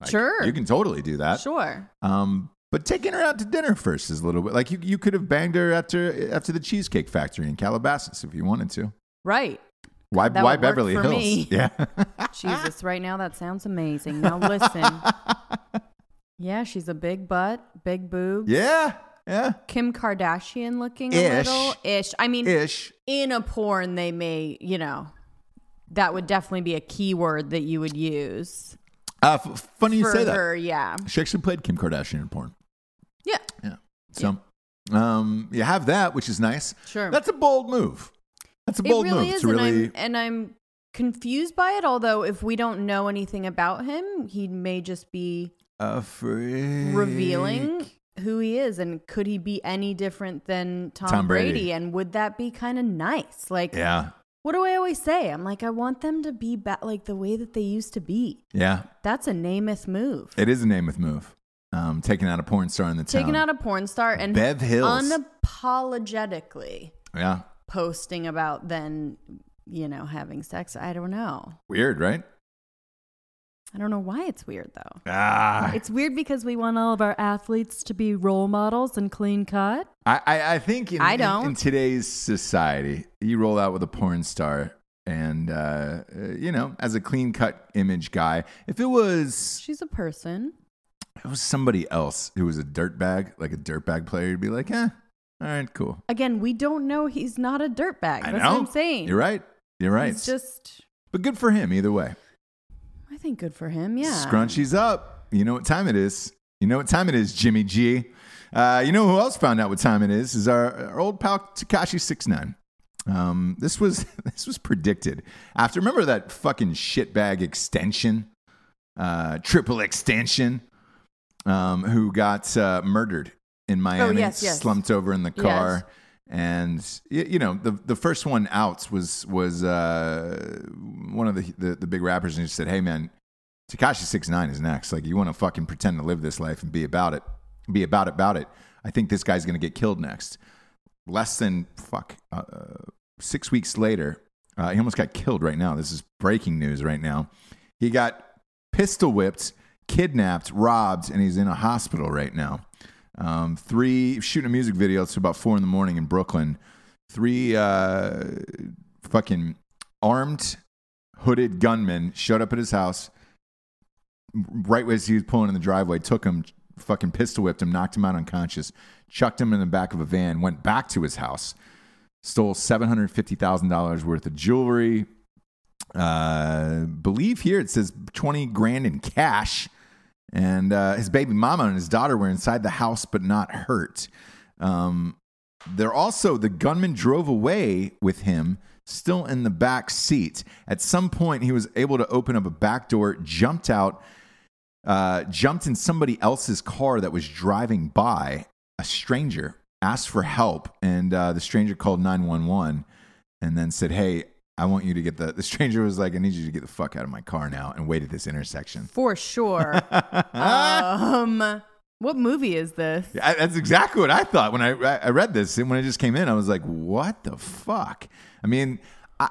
[SPEAKER 1] Like,
[SPEAKER 3] Sure.
[SPEAKER 1] You can totally do that.
[SPEAKER 3] sure.
[SPEAKER 1] Um, But taking her out to dinner first is a little bit like you, you could have banged her after after the Cheesecake Factory in Calabasas if you wanted to.
[SPEAKER 3] Right.
[SPEAKER 1] Why
[SPEAKER 3] That
[SPEAKER 1] why
[SPEAKER 3] would work
[SPEAKER 1] Beverly
[SPEAKER 3] for
[SPEAKER 1] Hills?
[SPEAKER 3] me.
[SPEAKER 1] Yeah.
[SPEAKER 3] Jesus, right now that sounds amazing. Now listen. yeah, she's a big butt, big boob.
[SPEAKER 1] yeah. Yeah.
[SPEAKER 3] Kim Kardashian looking a
[SPEAKER 1] Ish.
[SPEAKER 3] little ish. I mean,
[SPEAKER 1] Ish.
[SPEAKER 3] in a porn, they may, you know, that would definitely be a keyword that you would use
[SPEAKER 1] Uh, f- funny you
[SPEAKER 3] for
[SPEAKER 1] say that.
[SPEAKER 3] her. Yeah,
[SPEAKER 1] She actually played Kim Kardashian in porn.
[SPEAKER 3] yeah,
[SPEAKER 1] Yeah. So um you have that, which is nice.
[SPEAKER 3] sure.
[SPEAKER 1] That's a bold move. That's a
[SPEAKER 3] it
[SPEAKER 1] bold
[SPEAKER 3] really
[SPEAKER 1] move
[SPEAKER 3] is,
[SPEAKER 1] to really
[SPEAKER 3] and I'm and I'm confused by it. Although, if we don't know anything about him, he may just be
[SPEAKER 1] a freak.
[SPEAKER 3] revealing who he is and could he be any different than Tom,
[SPEAKER 1] Tom Brady.
[SPEAKER 3] Brady? and would that be kind of nice like
[SPEAKER 1] Yeah.
[SPEAKER 3] what do I always say I'm like I want them to be ba- like the way that they used to be
[SPEAKER 1] Yeah.
[SPEAKER 3] that's a Namath move
[SPEAKER 1] It is a Namath move. Um taking out a porn star in the town.
[SPEAKER 3] taking out a porn star and
[SPEAKER 1] Bev Hills.
[SPEAKER 3] unapologetically
[SPEAKER 1] yeah.
[SPEAKER 3] posting about then you know having sex I don't know
[SPEAKER 1] Weird, right?
[SPEAKER 3] I don't know why it's weird though
[SPEAKER 1] Ah.
[SPEAKER 3] it's weird because we want all of our athletes to be role models and clean cut
[SPEAKER 1] I, I, I think in, in-
[SPEAKER 3] I
[SPEAKER 1] In,
[SPEAKER 3] don't.
[SPEAKER 1] today's society, you roll out with a porn star and, uh, uh, you know, as a clean cut image guy, if it was,
[SPEAKER 3] she's a person
[SPEAKER 1] if it was somebody else who was a dirtbag, like a dirtbag player, you'd be like, eh, all right, cool.
[SPEAKER 3] Again, we don't know he's not a dirtbag.
[SPEAKER 1] I
[SPEAKER 3] That's
[SPEAKER 1] know.
[SPEAKER 3] what I'm saying.
[SPEAKER 1] You're right. You're right.
[SPEAKER 3] It's just,
[SPEAKER 1] but good for him either way.
[SPEAKER 3] I think good for him. Yeah.
[SPEAKER 1] Scrunchies up. You know what time it is. You know what time it is, Jimmy G. Uh, you know who else found out what time it is? Is our, our old pal Takashi Six Nine. Um, this was this was predicted after. Remember that fucking shitbag extension, uh, triple extension, um, who got uh, murdered in Miami,
[SPEAKER 3] Oh, yes, yes.
[SPEAKER 1] slumped over in the car, and y- you know the the first one out was was uh, one of the, the the big rappers, and he said, "Hey man, Takashi six nine is next. Like you want to fucking pretend to live this life and be about it, be about it, about it. I think this guy's gonna get killed next. Less than fuck uh, uh, six weeks later, uh, he almost got killed. Right now, this is breaking news. Right now, he got pistol whipped, kidnapped, robbed, and he's in a hospital right now. Um, three shooting a music video. It's about four in the morning in Brooklyn. Three uh, fucking armed, hooded gunmen showed up at his house right as he was pulling in the driveway, took him, fucking pistol whipped him, knocked him out unconscious, chucked him in the back of a van, went back to his house, stole seven hundred fifty thousand dollars worth of jewelry. Uh, believe here it says twenty grand in cash, and uh, his baby mama and his daughter were inside the house but not hurt. Um, they're also the gunman drove away with him still in the back seat at some point he was able to open up a back door jumped out uh, jumped in somebody else's car that was driving by a stranger asked for help and uh, the stranger called 911 and then said hey i want you to get the the stranger was like i need you to get the fuck out of my car now and wait at this intersection
[SPEAKER 3] For sure. um, what movie is this?
[SPEAKER 1] I, that's exactly what I thought when I I read this and when it just came in. I was like, "What the fuck?" I mean, I,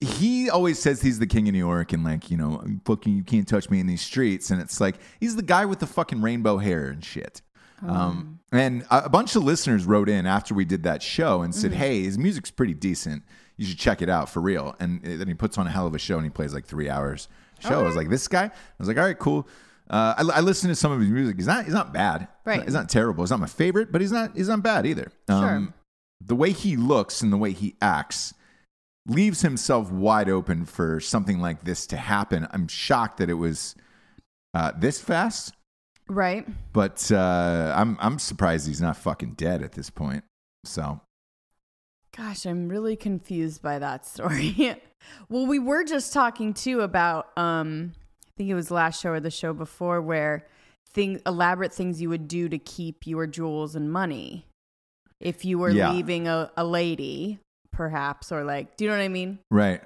[SPEAKER 1] he always says he's the king of New York and like you know, fucking you can't touch me in these streets. And it's like he's the guy with the fucking rainbow hair and shit. Um, and a, a bunch of listeners wrote in after we did that show and said, "Hey, his music's pretty decent. You should check it out for real." And uh, then he puts on a hell of a show and he plays like three hours show. I was like, "This guy." I was like, "All right, cool." Uh, I, I listened to some of his music. He's not. He's not bad.
[SPEAKER 3] Right.
[SPEAKER 1] He's not terrible. He's not my favorite, but he's not. He's not bad either. Um,
[SPEAKER 3] Sure.
[SPEAKER 1] The way he looks and the way he acts leaves himself wide open for something like this to happen. I'm shocked that it was uh, this fast.
[SPEAKER 3] Right.
[SPEAKER 1] But uh, I'm I'm surprised he's not fucking dead at this point. So
[SPEAKER 3] Gosh, I'm really confused by that story. well, we were just talking too about um I think it was last show or the show before where thing elaborate things you would do to keep your jewels and money if you were
[SPEAKER 1] Yeah.
[SPEAKER 3] leaving a, a lady, perhaps, or like do you know what I mean?
[SPEAKER 1] right.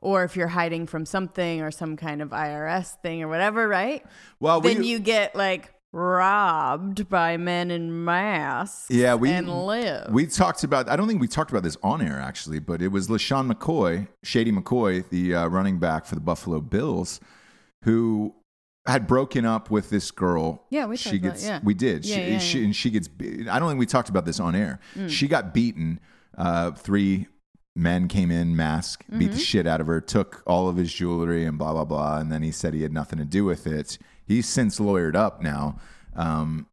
[SPEAKER 3] Or if you're hiding from something or some kind of IRS thing or whatever, right?
[SPEAKER 1] Well,
[SPEAKER 3] then you get like robbed by men in masks
[SPEAKER 1] Yeah, we-
[SPEAKER 3] and live.
[SPEAKER 1] We talked about. I don't think we talked about this on air actually, but it was Lashawn McCoy, Shady McCoy, the uh, running back for the Buffalo Bills, who had broken up with this girl.
[SPEAKER 3] Yeah, we
[SPEAKER 1] she
[SPEAKER 3] talked about
[SPEAKER 1] gets
[SPEAKER 3] it, yeah.
[SPEAKER 1] we did.
[SPEAKER 3] Yeah,
[SPEAKER 1] she,
[SPEAKER 3] yeah,
[SPEAKER 1] she
[SPEAKER 3] yeah. Mm.
[SPEAKER 1] and she gets. be- I don't think we talked about this on air. She got beaten. Uh, three men came in, mask, beat
[SPEAKER 3] Mm-hmm.
[SPEAKER 1] the shit out of her, took all of his jewelry and blah blah blah. And then he said he had nothing to do with it. He's since lawyered up now. Um,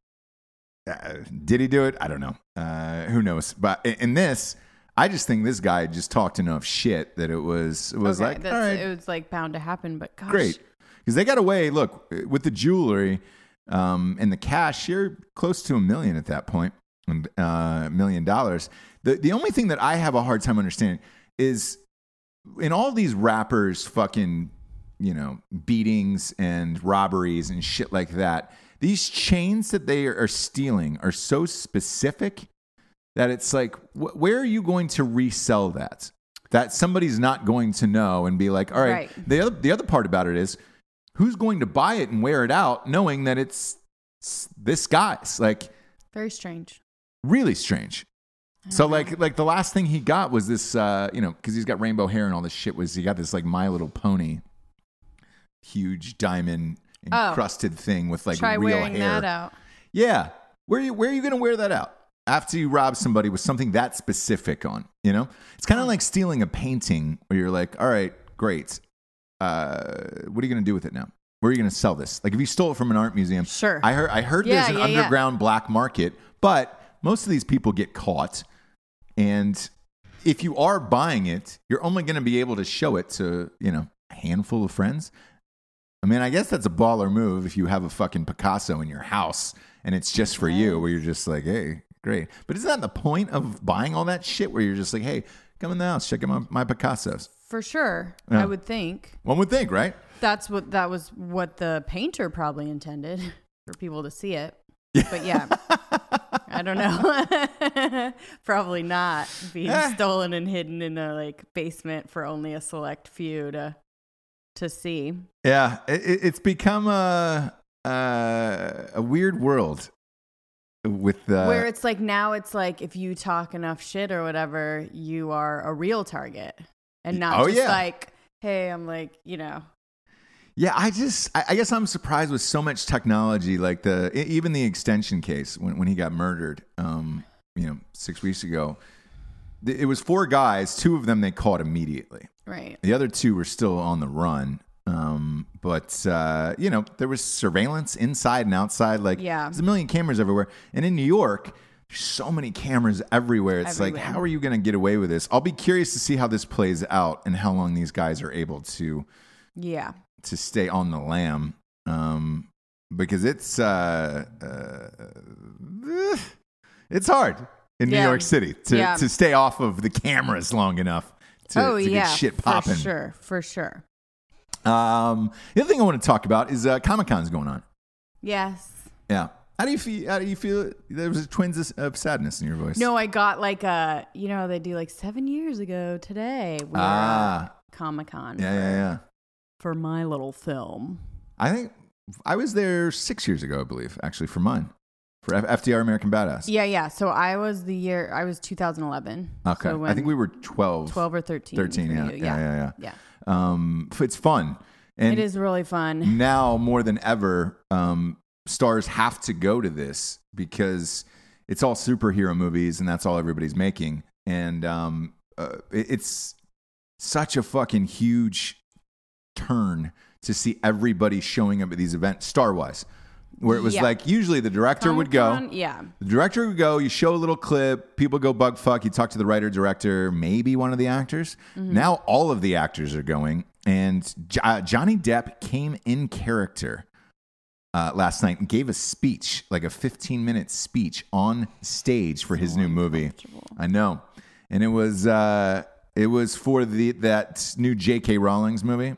[SPEAKER 1] uh, did he do it? I don't know. Uh, who knows? But in, in this, I just think this guy just talked enough shit that it was it was
[SPEAKER 3] okay,
[SPEAKER 1] like all
[SPEAKER 3] that's,
[SPEAKER 1] right,
[SPEAKER 3] it was like bound to happen. But gosh,
[SPEAKER 1] great because they got away. Look with the jewelry um, and the cash, you're close to a million at that point, a uh, million dollars. The the only thing that I have a hard time understanding is in all these rappers, fucking you know beatings and robberies and shit like that. These chains that they are stealing are so specific that it's like, wh- where are you going to resell that? That somebody's not going to know and be like, all right.
[SPEAKER 3] Right.
[SPEAKER 1] The other, the other part about it is, who's going to buy it and wear it out, knowing that it's, it's this guy's? Like,
[SPEAKER 3] very strange.
[SPEAKER 1] really strange.
[SPEAKER 3] Uh-huh.
[SPEAKER 1] So like like the last thing he got was this uh you know because he's got rainbow hair and all this shit was he got this like My Little Pony, huge diamond
[SPEAKER 3] Oh.
[SPEAKER 1] encrusted thing with like
[SPEAKER 3] Try
[SPEAKER 1] real
[SPEAKER 3] wearing
[SPEAKER 1] hair.
[SPEAKER 3] that out.
[SPEAKER 1] Yeah. Where you where are you gonna wear that out? After you rob somebody with something that specific on, you know? It's kinda like stealing a painting where you're like, all right, great. Uh, what are you gonna do with it now? Where are you gonna sell this? Like if you stole it from an art museum.
[SPEAKER 3] Sure.
[SPEAKER 1] I heard I heard
[SPEAKER 3] Yeah,
[SPEAKER 1] there's an
[SPEAKER 3] yeah, yeah.
[SPEAKER 1] underground black market, but most of these people get caught and if you are buying it, you're only going to be able to show it to, you know, a handful of friends. I mean, I guess that's a baller move if you have a fucking Picasso in your house and it's just for you, where you're just like, hey, great. But isn't that the point of buying all that shit where you're just like, hey, come in the house, check out my, my Picassos?
[SPEAKER 3] For sure,
[SPEAKER 1] Yeah.
[SPEAKER 3] I would think
[SPEAKER 1] One would think, right?
[SPEAKER 3] that's what that was what the painter probably intended for people to see it. But yeah, I don't know. probably not being
[SPEAKER 1] Eh.
[SPEAKER 3] stolen and hidden in a like basement for only a select few to to see.
[SPEAKER 1] Yeah, it, it- it's become a, a, a weird world with uh,
[SPEAKER 3] Where it's like now it's like if you talk enough shit or whatever, you are a real target and not
[SPEAKER 1] Oh,
[SPEAKER 3] just
[SPEAKER 1] yeah.
[SPEAKER 3] like, hey, I'm like, you know,
[SPEAKER 1] Yeah, I just, I, I guess I'm surprised with so much technology, like the, e- even the extension case when, when he got murdered, um, you know, six weeks ago. Th- It was four guys, two of them they caught immediately.
[SPEAKER 3] right.
[SPEAKER 1] The other two were still on the run. Um, but, uh, you know, there was surveillance inside and outside. Like,
[SPEAKER 3] Yeah.
[SPEAKER 1] there's a million cameras everywhere. And in New York, there's so many cameras everywhere. It's like,
[SPEAKER 3] Everywhere.
[SPEAKER 1] how are you going to get away with this? I'll be curious to see how this plays out and how long these guys are able to
[SPEAKER 3] Yeah.
[SPEAKER 1] to stay on the lam um, because it's uh, uh, it's hard in New
[SPEAKER 3] Yeah.
[SPEAKER 1] York City to,
[SPEAKER 3] Yeah.
[SPEAKER 1] to stay off of the cameras long enough to,
[SPEAKER 3] oh
[SPEAKER 1] to get
[SPEAKER 3] yeah.
[SPEAKER 1] shit
[SPEAKER 3] For
[SPEAKER 1] popping.
[SPEAKER 3] sure, for sure.
[SPEAKER 1] Um, the other thing I want to talk about is uh, Comic Con's going on.
[SPEAKER 3] Yes.
[SPEAKER 1] Yeah, how do you feel? How do you feel? There was a twins of- of sadness in your voice.
[SPEAKER 3] No, I got like a, you know, they do like seven years ago today. We
[SPEAKER 1] Ah.
[SPEAKER 3] Comic Con
[SPEAKER 1] Yeah, yeah, yeah.
[SPEAKER 3] for my little film.
[SPEAKER 1] I think I was there six years ago, I believe, actually, for mine, for F- FDR American Badass.
[SPEAKER 3] Yeah, yeah. So I was the year, I was 2011.
[SPEAKER 1] Okay,
[SPEAKER 3] So
[SPEAKER 1] I think we were 12.
[SPEAKER 3] 12 or 13.
[SPEAKER 1] 13
[SPEAKER 3] for
[SPEAKER 1] yeah.
[SPEAKER 3] you.
[SPEAKER 1] yeah yeah yeah
[SPEAKER 3] Yeah.
[SPEAKER 1] um f- it's fun and
[SPEAKER 3] It is really fun.
[SPEAKER 1] now more than ever um stars have to go to this because it's all superhero movies and that's all everybody's making and um uh, it- it's such a fucking huge turn to see everybody showing up at these events star wise where it was
[SPEAKER 3] Yeah.
[SPEAKER 1] like usually the director would go
[SPEAKER 3] Comic-Con? Yeah.
[SPEAKER 1] the director would go, you show a little clip, people go bug fuck, you talk to the writer, director, maybe one of the actors.
[SPEAKER 3] Mm-hmm.
[SPEAKER 1] Now all of the actors are going. And Jo- uh, Johnny Depp came in character uh, last night and gave a speech, like a 15 minute speech on stage for his new movie. I know. And it was, uh, it was for the, that new J.K. Rowling's movie,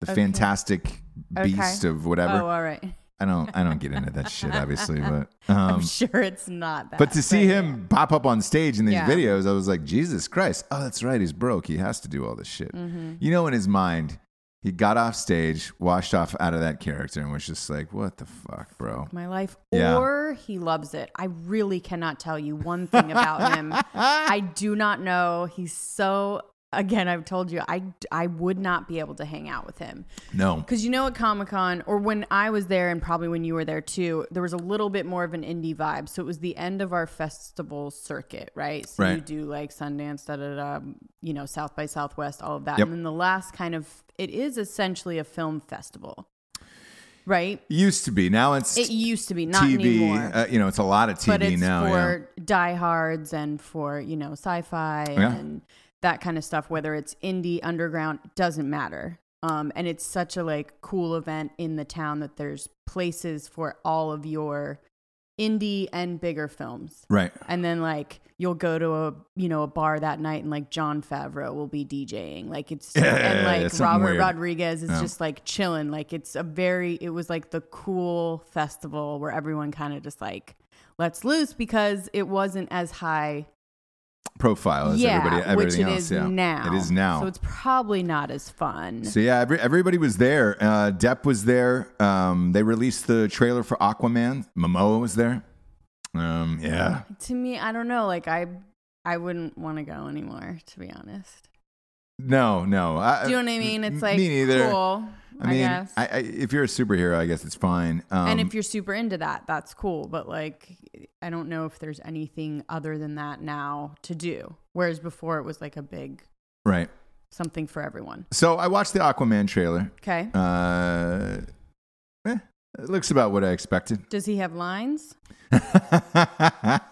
[SPEAKER 1] The Fantastic
[SPEAKER 3] Okay.
[SPEAKER 1] Beast of whatever.
[SPEAKER 3] Oh, all right.
[SPEAKER 1] I don't, I don't get into that shit, obviously, but. um,
[SPEAKER 3] I'm sure it's not that.
[SPEAKER 1] But to see him pop up on stage in these
[SPEAKER 3] Yeah.
[SPEAKER 1] videos, I was like, Jesus Christ. Oh, that's right. He's broke. He has to do all this shit.
[SPEAKER 3] Mm-hmm.
[SPEAKER 1] You know, in his mind, he got off stage, washed off out of that character, and was just like, what the fuck, bro?
[SPEAKER 3] my life
[SPEAKER 1] Yeah.
[SPEAKER 3] or he loves it. I really cannot tell you one thing about him. I do not know. He's so again, I've told you, I, I would not be able to hang out with him.
[SPEAKER 1] No.
[SPEAKER 3] Because you know, at Comic Con, or when I was there, and probably when you were there too, there was a little bit more of an indie vibe. So it was the end of our festival circuit, right? So you
[SPEAKER 1] Right.
[SPEAKER 3] do like Sundance, da da da, you know, South by Southwest, all of that.
[SPEAKER 1] Yep.
[SPEAKER 3] And then the last kind of, it is essentially a film festival, right?
[SPEAKER 1] Used to be. Now it's
[SPEAKER 3] It used to be, not
[SPEAKER 1] TV.
[SPEAKER 3] anymore.
[SPEAKER 1] Uh, you know, it's a lot of TV
[SPEAKER 3] but it's
[SPEAKER 1] now. yeah.
[SPEAKER 3] for diehards and for, you know, sci fi
[SPEAKER 1] Yeah.
[SPEAKER 3] and that kind of stuff, whether it's indie, underground, doesn't matter. Um, and it's such a like cool event in the town that there's places for all of your indie and bigger films.
[SPEAKER 1] Right.
[SPEAKER 3] And then like you'll go to a you know a bar that night and like John Favreau will be DJing like it's
[SPEAKER 1] Yeah,
[SPEAKER 3] and
[SPEAKER 1] yeah,
[SPEAKER 3] like
[SPEAKER 1] something
[SPEAKER 3] Robert
[SPEAKER 1] weird.
[SPEAKER 3] Rodriguez is
[SPEAKER 1] Yeah.
[SPEAKER 3] just like chilling like it's a very it was like the cool festival where everyone kind of just like lets loose because it wasn't as high
[SPEAKER 1] Profile as
[SPEAKER 3] yeah
[SPEAKER 1] Oh, everybody,
[SPEAKER 3] which
[SPEAKER 1] everything
[SPEAKER 3] it is
[SPEAKER 1] else. yeah.
[SPEAKER 3] now
[SPEAKER 1] It is now.
[SPEAKER 3] so it's probably not as fun
[SPEAKER 1] So yeah, every, everybody was there. Uh, Depp was there. Um, they released the trailer for Aquaman. Momoa was there. Um, yeah,
[SPEAKER 3] to me I don't know like I I wouldn't want to go anymore to be honest
[SPEAKER 1] no, no. I,
[SPEAKER 3] do you know what I mean it's
[SPEAKER 1] Uh, m-
[SPEAKER 3] like
[SPEAKER 1] me neither.
[SPEAKER 3] cool
[SPEAKER 1] I mean, I
[SPEAKER 3] guess.
[SPEAKER 1] I, if you're a superhero, I guess it's fine. Um,
[SPEAKER 3] and if you're super into that, that's cool. But like, I don't know if there's anything other than that now to do. Whereas before it was like a big
[SPEAKER 1] right.
[SPEAKER 3] something for everyone.
[SPEAKER 1] So I watched the Aquaman trailer.
[SPEAKER 3] Okay.
[SPEAKER 1] Uh, eh, it looks about what I expected.
[SPEAKER 3] Does he have lines?
[SPEAKER 1] Starts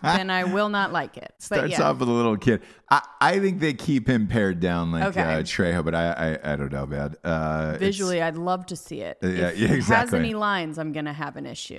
[SPEAKER 3] Then I will not like it. But yeah.
[SPEAKER 1] off with a little kid. I, I think they keep him pared down like
[SPEAKER 3] Okay.
[SPEAKER 1] uh, Trejo, but I, I I don't know, man. Uh, it's-
[SPEAKER 3] Visually, I'd love to see it.
[SPEAKER 1] Uh, Yeah,
[SPEAKER 3] if
[SPEAKER 1] yeah,
[SPEAKER 3] he has
[SPEAKER 1] exactly.
[SPEAKER 3] any lines, I'm gonna have an issue.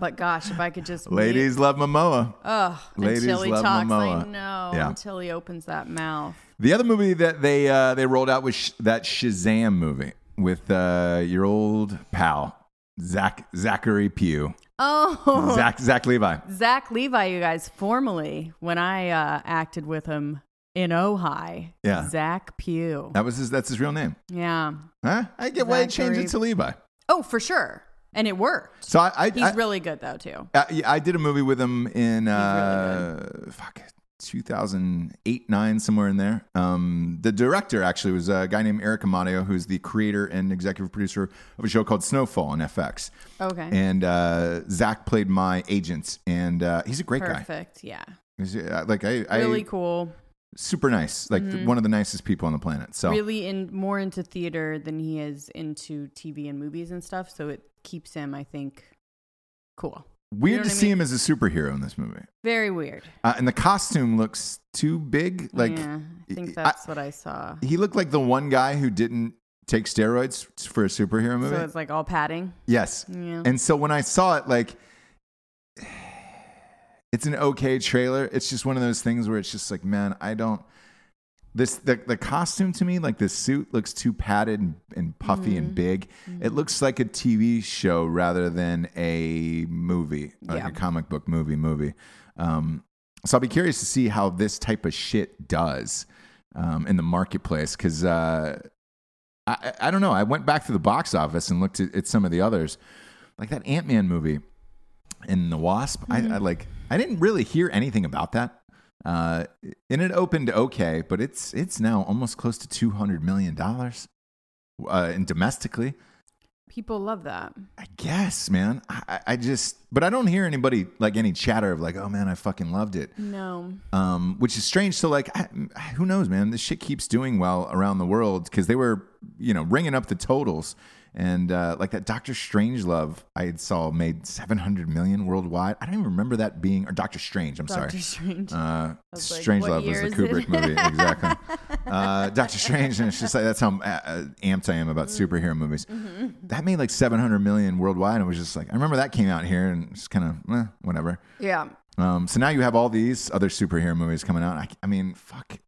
[SPEAKER 3] but gosh, if I could just meet-
[SPEAKER 1] Ladies love Momoa.
[SPEAKER 3] Ugh,
[SPEAKER 1] ladies
[SPEAKER 3] until he
[SPEAKER 1] love
[SPEAKER 3] talks, I
[SPEAKER 1] Momoa.
[SPEAKER 3] know.
[SPEAKER 1] Yeah.
[SPEAKER 3] Until he opens that mouth.
[SPEAKER 1] The other movie that they uh, they rolled out was sh- that Shazam movie with uh, your old pal Zach Zachary Pugh,
[SPEAKER 3] Oh,
[SPEAKER 1] Zach Zach Levi.
[SPEAKER 3] Zach Levi, you guys, formerly when I uh, acted with him in Ojai.
[SPEAKER 1] Yeah.
[SPEAKER 3] Zach Pugh.
[SPEAKER 1] That was his. That's his real name.
[SPEAKER 3] Yeah.
[SPEAKER 1] Huh? I get why they changed
[SPEAKER 3] Zachary-
[SPEAKER 1] it to Levi.
[SPEAKER 3] Oh, for sure. And it worked.
[SPEAKER 1] So I I,
[SPEAKER 3] He's
[SPEAKER 1] I,
[SPEAKER 3] really good though too.
[SPEAKER 1] I, yeah, I did a movie with him in uh,
[SPEAKER 3] really
[SPEAKER 1] fuck 2008 nine somewhere in there. Um, the director actually was a guy named Eric Amadio, who's the creator and executive producer of a show called Snowfall on FX.
[SPEAKER 3] Okay.
[SPEAKER 1] and uh, Zach played my agent, and uh, he's a great guy.
[SPEAKER 3] Perfect. Yeah.
[SPEAKER 1] He's, uh, like I, I
[SPEAKER 3] Really cool.
[SPEAKER 1] super nice, like one of the nicest people on the planet. So
[SPEAKER 3] Really in more into theater than he is into TV and movies and stuff. So it keeps him, I think, cool.
[SPEAKER 1] weird
[SPEAKER 3] know
[SPEAKER 1] to
[SPEAKER 3] what I
[SPEAKER 1] see
[SPEAKER 3] mean?
[SPEAKER 1] him as a superhero in this movie,
[SPEAKER 3] Very weird.
[SPEAKER 1] uh, and the costume looks too big. Like
[SPEAKER 3] yeah, I think
[SPEAKER 1] I-
[SPEAKER 3] that's what I saw.
[SPEAKER 1] he looked like the one guy who didn't take steroids for a superhero movie.
[SPEAKER 3] So it's like all padding.
[SPEAKER 1] yes,
[SPEAKER 3] Yeah.
[SPEAKER 1] and so when I saw it, like. It's an okay trailer. It's just one of those things where it's just like, man, I don't this the, the costume to me like the suit looks too padded and, and puffy and big it looks like a tv show rather than a movie like
[SPEAKER 3] Yeah.
[SPEAKER 1] a comic book movie movie um, so i'll be curious to see how this type of shit does um, in the marketplace because uh, I, I- I don't know i went back to the box office and looked at, at some of the others like that ant-man movie and the wasp I, I like i didn't really hear anything about that uh, and it opened okay, but it's it's now almost close to two hundred million dollars, uh, and domestically,
[SPEAKER 3] People love that.
[SPEAKER 1] I guess, man. I, I- I just, but I don't hear anybody like any chatter of like, oh man, I fucking loved it,
[SPEAKER 3] No.
[SPEAKER 1] um, which is strange. So like, I, who knows, man? This shit keeps doing well around the world because they were, you know, ringing up the totals, and uh, like that Doctor Strange love I had saw made seven hundred million worldwide. I don't even remember that being or Doctor Strange. I'm sorry,
[SPEAKER 3] Doctor Strange.
[SPEAKER 1] Uh,
[SPEAKER 3] was like,
[SPEAKER 1] Strange
[SPEAKER 3] what
[SPEAKER 1] Love was
[SPEAKER 3] year
[SPEAKER 1] the
[SPEAKER 3] is
[SPEAKER 1] Kubrick
[SPEAKER 3] it?
[SPEAKER 1] movie, exactly. uh, Doctor Strange, and it's just like that's how uh, uh, amped I am about
[SPEAKER 3] Mm-hmm.
[SPEAKER 1] superhero movies. That made like 700 million worldwide, and it was just like I remember that came out here, and it's kind of eh, whatever.
[SPEAKER 3] yeah.
[SPEAKER 1] Um, so now you have all these other superhero movies coming out. I, I mean, fuck.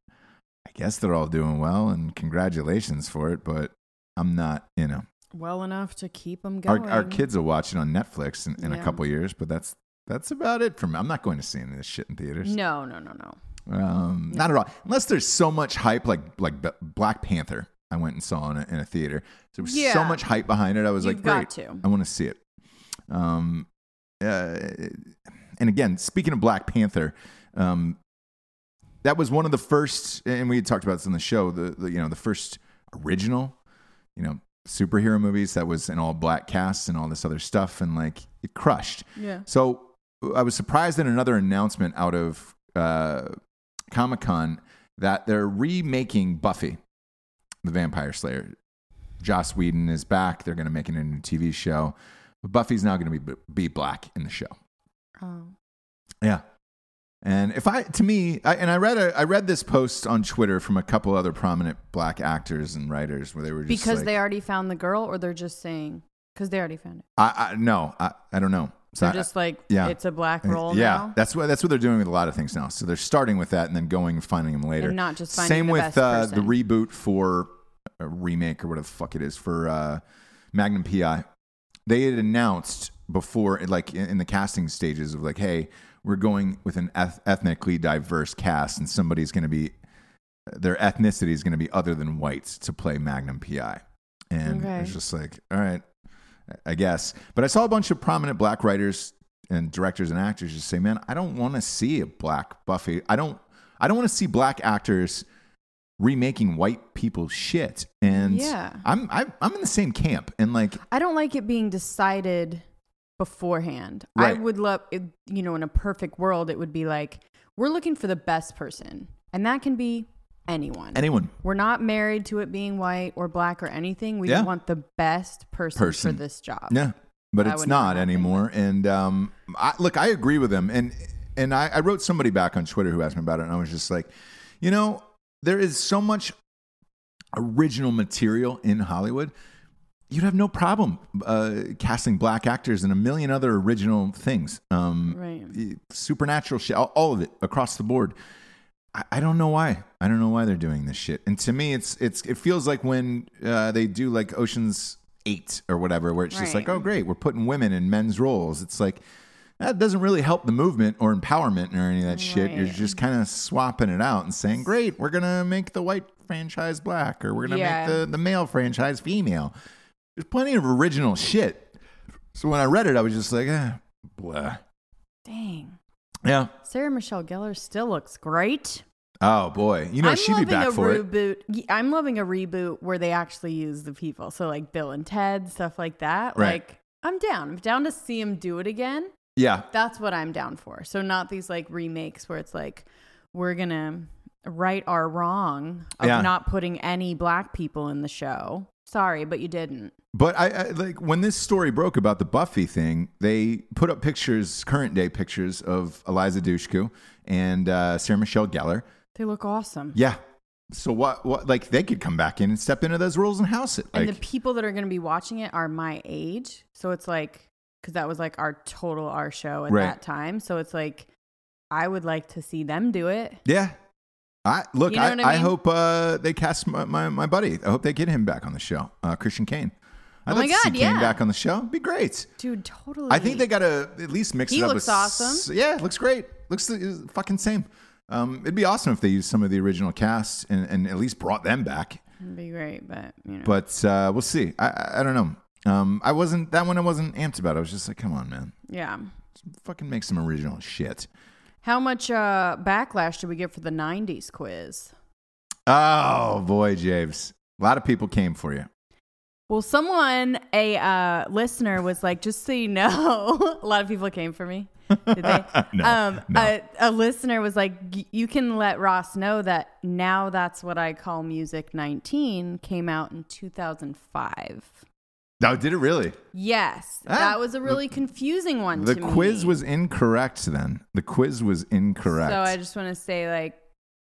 [SPEAKER 1] I guess they're all doing well, and congratulations for it. But I'm not, you know,
[SPEAKER 3] Well enough to keep them going.
[SPEAKER 1] our, our kids will watch it on Netflix in, in a
[SPEAKER 3] Yeah.
[SPEAKER 1] couple years, but that's that's about it for me. I'm not going to see any of this shit in theaters.
[SPEAKER 3] No, no, no, no.
[SPEAKER 1] Um, Not at all. Unless there's so much hype, like like B- Black Panther, I went and saw in a, in a theater. There was so
[SPEAKER 3] Yeah.
[SPEAKER 1] much hype behind it. I was
[SPEAKER 3] You've
[SPEAKER 1] like,
[SPEAKER 3] got
[SPEAKER 1] great,
[SPEAKER 3] to.
[SPEAKER 1] I want to see it. Um, uh, and again, speaking of Black Panther, um, that was one of the first, and we had talked about this in the show. The, the you know the first original, you know, superhero movies that was an all black cast and all this other stuff, and like it crushed.
[SPEAKER 3] Yeah.
[SPEAKER 1] So I was surprised at another announcement out of uh, Comic Con that they're remaking Buffy, the Vampire Slayer. Joss Whedon is back. They're going to make it into a TV show. But Buffy's now going to be be black in the show.
[SPEAKER 3] Oh.
[SPEAKER 1] Yeah. And if I, to me, I, and I read a, I read this post on Twitter from a couple other prominent black actors and writers where they were just
[SPEAKER 3] Because
[SPEAKER 1] like,
[SPEAKER 3] they already found the girl, or they're just saying because they already found it.
[SPEAKER 1] I, I no, I, I don't know. So
[SPEAKER 3] They're
[SPEAKER 1] I-
[SPEAKER 3] just like
[SPEAKER 1] yeah.
[SPEAKER 3] it's a black role.
[SPEAKER 1] yeah,
[SPEAKER 3] now.
[SPEAKER 1] that's what that's what they're doing with a lot of things now. So they're starting with that and then going and finding them later.
[SPEAKER 3] And not just finding
[SPEAKER 1] same
[SPEAKER 3] the
[SPEAKER 1] with
[SPEAKER 3] best
[SPEAKER 1] uh, the
[SPEAKER 3] person.
[SPEAKER 1] reboot for a remake or whatever the fuck it is for uh, Magnum PI. They had announced before, like in in the casting stages, of like, hey, we're going with an eth- ethnically diverse cast, and somebody's going to be their ethnicity is going to be other than whites to play Magnum PI. And
[SPEAKER 3] Okay.
[SPEAKER 1] it's just like, all right, I guess. But I saw a bunch of prominent black writers and directors and actors just say, "Man, I don't want to see a black Buffy. I don't. I don't want to see black actors remaking white people's shit." And
[SPEAKER 3] Yeah.
[SPEAKER 1] I'm I, I'm in the same camp. And like,
[SPEAKER 3] I don't like it being decided beforehand. I
[SPEAKER 1] Right.
[SPEAKER 3] would love, it, you know, in a perfect world, it would be like we're looking for the best person, and that can be anyone.
[SPEAKER 1] anyone
[SPEAKER 3] we're not married to it being white or black or anything. We
[SPEAKER 1] Yeah.
[SPEAKER 3] want the best person,
[SPEAKER 1] Person.
[SPEAKER 3] for this job.
[SPEAKER 1] Yeah, but
[SPEAKER 3] I
[SPEAKER 1] it's
[SPEAKER 3] would never
[SPEAKER 1] not
[SPEAKER 3] not think
[SPEAKER 1] anymore. And um, I, look, I agree with him. And and I, I wrote somebody back on Twitter who asked me about it, and I was just like, you know, there is so much original material in Hollywood. You'd have no problem uh, casting black actors in a million other original things. Um,
[SPEAKER 3] Right.
[SPEAKER 1] supernatural shit, all, all of it across the board. I, I don't know why. I don't know why they're doing this shit. And to me, it's it's it feels like when uh, they do like Ocean's Eight or whatever, where it's just like,
[SPEAKER 3] Right.
[SPEAKER 1] oh great, we're putting women in men's roles. It's like that doesn't really help the movement or empowerment or any of that shit. You're
[SPEAKER 3] Right.
[SPEAKER 1] just kind of swapping it out and saying, great, we're gonna make the white franchise black, or we're gonna
[SPEAKER 3] Yeah.
[SPEAKER 1] make the the male franchise female. There's plenty of original shit. So when I read it, I was just like, ah, blah.
[SPEAKER 3] Dang.
[SPEAKER 1] Yeah.
[SPEAKER 3] Sarah Michelle Gellar still looks great.
[SPEAKER 1] Oh boy, you know
[SPEAKER 3] I'm
[SPEAKER 1] she'd be
[SPEAKER 3] loving
[SPEAKER 1] back
[SPEAKER 3] a
[SPEAKER 1] for it.
[SPEAKER 3] reboot. y- I'm loving a reboot where they actually use the people. So like Bill and Ted, stuff like that.
[SPEAKER 1] Right.
[SPEAKER 3] Like I'm down. I'm down to see him do it again.
[SPEAKER 1] Yeah,
[SPEAKER 3] That's what I'm down for. So not these like remakes where it's like we're gonna right our wrong of
[SPEAKER 1] Yeah.
[SPEAKER 3] not putting any black people in the show. Sorry, but you didn't.
[SPEAKER 1] but I, I like when this story broke about the Buffy thing. They put up pictures, current day pictures of Eliza Dushku and uh, Sarah Michelle Gellar.
[SPEAKER 3] They look awesome.
[SPEAKER 1] Yeah. So what? What? Like they could come back in and step into those roles and house it. Like
[SPEAKER 3] and the people that are going to be watching it are my age. So it's like, because that was like our total our show at
[SPEAKER 1] Right.
[SPEAKER 3] that time. So it's like, I would like to see them do it.
[SPEAKER 1] yeah. I look.
[SPEAKER 3] You know
[SPEAKER 1] I,
[SPEAKER 3] what I
[SPEAKER 1] I,
[SPEAKER 3] mean?
[SPEAKER 1] hope uh, they cast my, my my buddy. I hope they get him back on the show. Uh, Christian Kane. I'd
[SPEAKER 3] Oh
[SPEAKER 1] like
[SPEAKER 3] my
[SPEAKER 1] to see
[SPEAKER 3] God,
[SPEAKER 1] Kane
[SPEAKER 3] yeah.
[SPEAKER 1] back on the show. It'd be great.
[SPEAKER 3] Dude, totally.
[SPEAKER 1] I think they got to at least mix
[SPEAKER 3] He
[SPEAKER 1] it up.
[SPEAKER 3] looks
[SPEAKER 1] with s-
[SPEAKER 3] awesome.
[SPEAKER 1] Yeah, looks great. Looks the, fucking same. Um, it'd be awesome if they used some of the original cast and, and at least brought them back.
[SPEAKER 3] It'd be great, but, you know.
[SPEAKER 1] But uh, we'll see. I, I, I don't know. Um, I wasn't that one. I wasn't amped about. I was just like, come on, man,
[SPEAKER 3] yeah.
[SPEAKER 1] fucking make some original shit.
[SPEAKER 3] How much uh, backlash did we get for the 90s quiz?
[SPEAKER 1] Oh boy, James. A lot of people came for you.
[SPEAKER 3] Well, someone, a uh, listener, was like, just so you know, a lot of people came for me. Did they?
[SPEAKER 1] No,
[SPEAKER 3] um,
[SPEAKER 1] no.
[SPEAKER 3] A, a listener was like, "Y- you can let Ross know that now that's what I call Music 19 came out in 2005.
[SPEAKER 1] No, Oh, did it really?
[SPEAKER 3] Yes,
[SPEAKER 1] Ah,
[SPEAKER 3] that was a really confusing one
[SPEAKER 1] The
[SPEAKER 3] to
[SPEAKER 1] quiz
[SPEAKER 3] me.
[SPEAKER 1] was incorrect. Then the quiz was incorrect.
[SPEAKER 3] So I just want to say, like,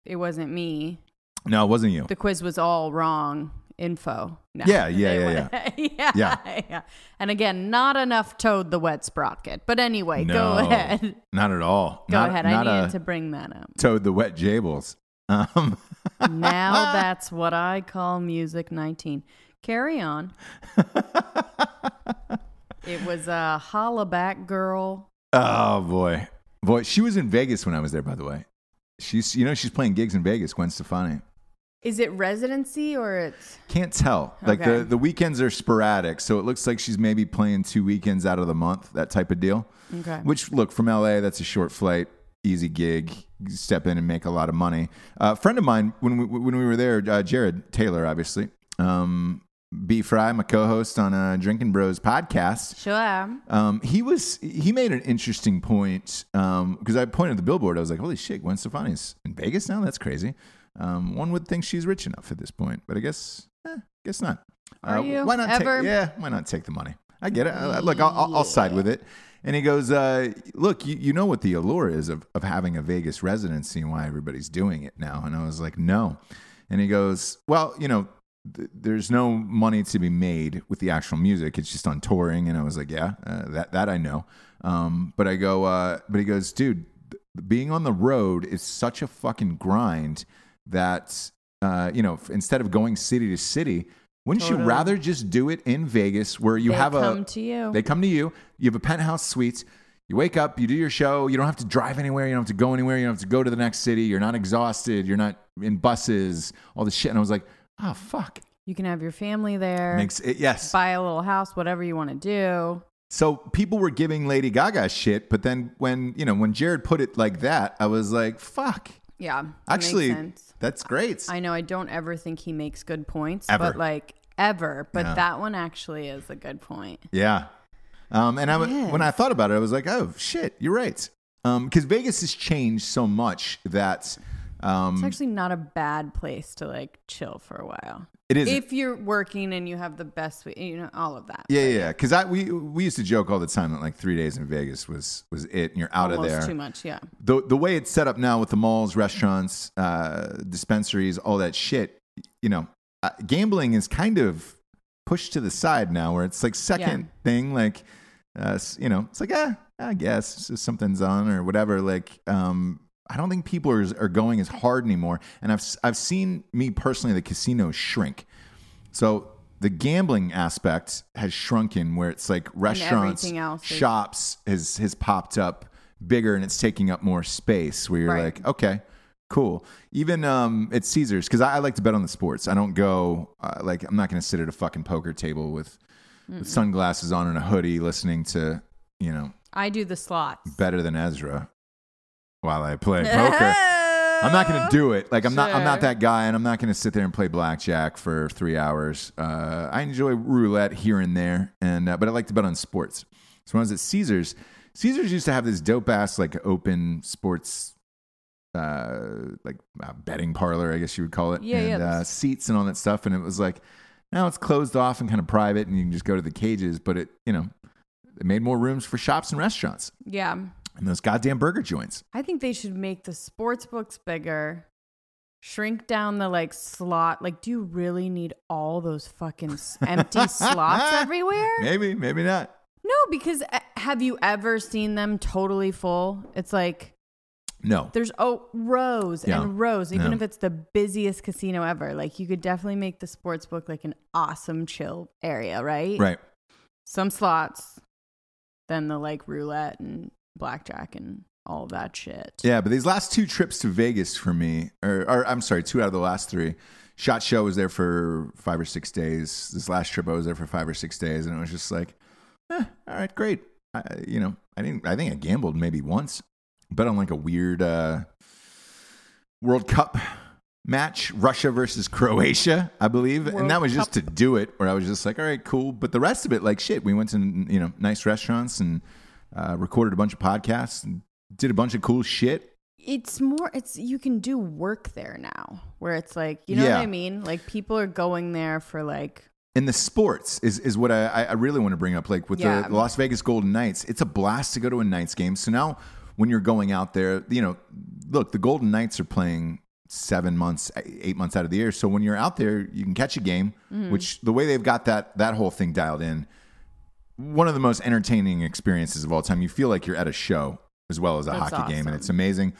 [SPEAKER 3] it wasn't me.
[SPEAKER 1] no, it wasn't you.
[SPEAKER 3] The quiz was all wrong info. No.
[SPEAKER 1] Yeah, yeah, yeah,
[SPEAKER 3] yeah. yeah,
[SPEAKER 1] Yeah.
[SPEAKER 3] yeah. And again, not enough toad the wet sprocket. But anyway,
[SPEAKER 1] no,
[SPEAKER 3] go ahead. Go
[SPEAKER 1] Not at all. Not-
[SPEAKER 3] ahead.
[SPEAKER 1] not
[SPEAKER 3] I needed
[SPEAKER 1] a-
[SPEAKER 3] to bring that up.
[SPEAKER 1] Toad the Wet Jables. Um,
[SPEAKER 3] now that's what I call music 19. Carry on. it was a holla back girl.
[SPEAKER 1] oh boy, boy, she was in Vegas when I was there. By the way, she's you know she's playing gigs in Vegas. Gwen Stefani.
[SPEAKER 3] Is it residency or it's
[SPEAKER 1] Can't tell. Like the
[SPEAKER 3] Okay.
[SPEAKER 1] the weekends are sporadic, so it looks like she's maybe playing two weekends out of the month, that type of deal.
[SPEAKER 3] okay?
[SPEAKER 1] Which look from LA, that's a short flight. easy gig, step in and make a lot of money. Uh, a friend of mine, when we, when we were there, uh, Jared Taylor, obviously, um, B Fry, my co-host on uh, Drinking Bros podcast,
[SPEAKER 3] Sure.
[SPEAKER 1] um, he was he made an interesting point because I pointed at the billboard. I was like, "Holy shit, Gwen Stefani's in Vegas now? That's crazy." Um, one would think she's rich enough at this point, but I guess, eh, guess not. Uh,
[SPEAKER 3] Are you
[SPEAKER 1] why not
[SPEAKER 3] ever?
[SPEAKER 1] Take, yeah, why not take the money? I get it. I, I- look, I'll, I'll, I'll side with it. And he goes, uh, "Look, you, you know what the allure is of of having a Vegas residency and why everybody's doing it now." And I was like, "No." And he goes, "Well, you know, th- there's no money to be made with the actual music. It's just on touring. And I was like, yeah, uh, that that I know. Um, but I go, uh, but he goes, dude, th- being on the road is such a fucking grind that uh, you know, f- instead of going city to city, wouldn't you rather just do it in Vegas where you
[SPEAKER 3] They
[SPEAKER 1] have a
[SPEAKER 3] come to you.
[SPEAKER 1] they come to you. You have a penthouse suite. You wake up, you do your show. You don't have to drive anywhere. You don't have to go anywhere. You don't have to go to the next city. You're not exhausted. You're not in buses, all this shit. And I was like, oh, fuck.
[SPEAKER 3] You can have your family there.
[SPEAKER 1] Makes it, yes.
[SPEAKER 3] buy a little house, whatever you want to do.
[SPEAKER 1] So people were giving Lady Gaga shit. But then when, you know, when Jared put it like that, I was like, fuck.
[SPEAKER 3] Yeah. that makes
[SPEAKER 1] Actually,
[SPEAKER 3] sense.
[SPEAKER 1] that's great.
[SPEAKER 3] I know I don't ever think he makes good points,
[SPEAKER 1] Ever.
[SPEAKER 3] but like ever. But
[SPEAKER 1] Yeah.
[SPEAKER 3] that one actually is a good point.
[SPEAKER 1] Yeah. Um, and I, w-
[SPEAKER 3] Yes.
[SPEAKER 1] when I thought about it, I was like, oh, shit, you're right. Because Vegas has changed so much that
[SPEAKER 3] It's
[SPEAKER 1] um,
[SPEAKER 3] actually not a bad place to like chill for a while.
[SPEAKER 1] it is.
[SPEAKER 3] If you're working and you have the best, we- you know, all of that.
[SPEAKER 1] Yeah, yeah, yeah. Because I we we used to joke all the time that like three days in Vegas was was it, and you're out
[SPEAKER 3] Almost
[SPEAKER 1] of
[SPEAKER 3] too
[SPEAKER 1] there.
[SPEAKER 3] much. Yeah.
[SPEAKER 1] The the way it's set up now with the malls, restaurants, uh, dispensaries, all that shit. You know, uh, gambling is kind of pushed to the side now, where it's like second thing. Like, uh, s- you know, it's like ah, I guess so something's on or whatever. Like, um. I don't think people are, are going as hard anymore, and I've s- I've seen me personally the casinos shrink. So the gambling aspect has shrunken where it's like restaurants,
[SPEAKER 3] everything else is-
[SPEAKER 1] shops has has popped up bigger and it's taking up more space where you're
[SPEAKER 3] Right.
[SPEAKER 1] like, okay, cool. Even um at Caesars, because I, I like to bet on the sports. I don't go uh, like I'm not gonna sit at a fucking poker table with, with sunglasses on and a hoodie listening to, you know,
[SPEAKER 3] I do the slots.
[SPEAKER 1] better than Ezra while I play poker.
[SPEAKER 3] Ah!
[SPEAKER 1] I'm not gonna do it. Like I'm not. I'm not
[SPEAKER 3] Sure.
[SPEAKER 1] that guy, and I'm not gonna sit there and play blackjack for three hours. Uh, I enjoy roulette here and there, and uh, but I like to bet on sports. So when I was at Caesars, Caesars used to have this dope ass like open sports, uh, like uh, betting parlor, I guess you would call it.
[SPEAKER 3] Yeah,
[SPEAKER 1] and,
[SPEAKER 3] yeah,
[SPEAKER 1] Uh,
[SPEAKER 3] that's-
[SPEAKER 1] seats and all that stuff, and it was like now it's closed off and kind of private, and you can just go to the cages. But it, you know, it made more rooms for shops and restaurants
[SPEAKER 3] Yeah.
[SPEAKER 1] and those goddamn burger joints.
[SPEAKER 3] I think they should make the sports books bigger. Shrink down the like slot. Like, do you really need all those fucking s- empty slots everywhere?
[SPEAKER 1] Maybe, maybe not.
[SPEAKER 3] No, because uh, have you ever seen them totally full? It's like
[SPEAKER 1] No,
[SPEAKER 3] there's oh rows
[SPEAKER 1] Yeah.
[SPEAKER 3] and rows, even
[SPEAKER 1] Yeah.
[SPEAKER 3] if it's the busiest casino ever. Like you could definitely make the sports book like an awesome chill area, right?
[SPEAKER 1] Right.
[SPEAKER 3] Some slots, then the like roulette and blackjack and all that shit.
[SPEAKER 1] Yeah, but these last two trips to Vegas for me, or, or I'm sorry, two out of the last three. Shot Show was there for five or six days. This last trip, I was there for five or six days, and it was just like, eh, all right, great. I, you know, I didn't. I think I gambled maybe once, but on like a weird uh, World Cup match, Russia versus Croatia, I believe, and
[SPEAKER 3] World
[SPEAKER 1] that was just
[SPEAKER 3] Cup.
[SPEAKER 1] to do it. Where I was just like, all right, cool. But the rest of it, like shit, we went to you know nice restaurants and uh, recorded a bunch of podcasts and did a bunch of cool shit.
[SPEAKER 3] It's more it's you can do work there now where it's like, you know
[SPEAKER 1] Yeah.
[SPEAKER 3] what I mean? Like people are going there for like
[SPEAKER 1] And the sports is, is what I, I I really want to bring up. Like with
[SPEAKER 3] Yeah.
[SPEAKER 1] the Las Vegas Golden Knights, it's a blast to go to a Knights game. So now when you're going out there, you know, look, the Golden Knights are playing seven months, e, eight months out of the year. So when you're out there, you can catch a game,
[SPEAKER 3] Mm-hmm.
[SPEAKER 1] which the way they've got that that whole thing dialed in, one of the most entertaining experiences of all time. You feel like you're at a show as well as a
[SPEAKER 3] That's
[SPEAKER 1] hockey game, and
[SPEAKER 3] awesome.
[SPEAKER 1] it's amazing.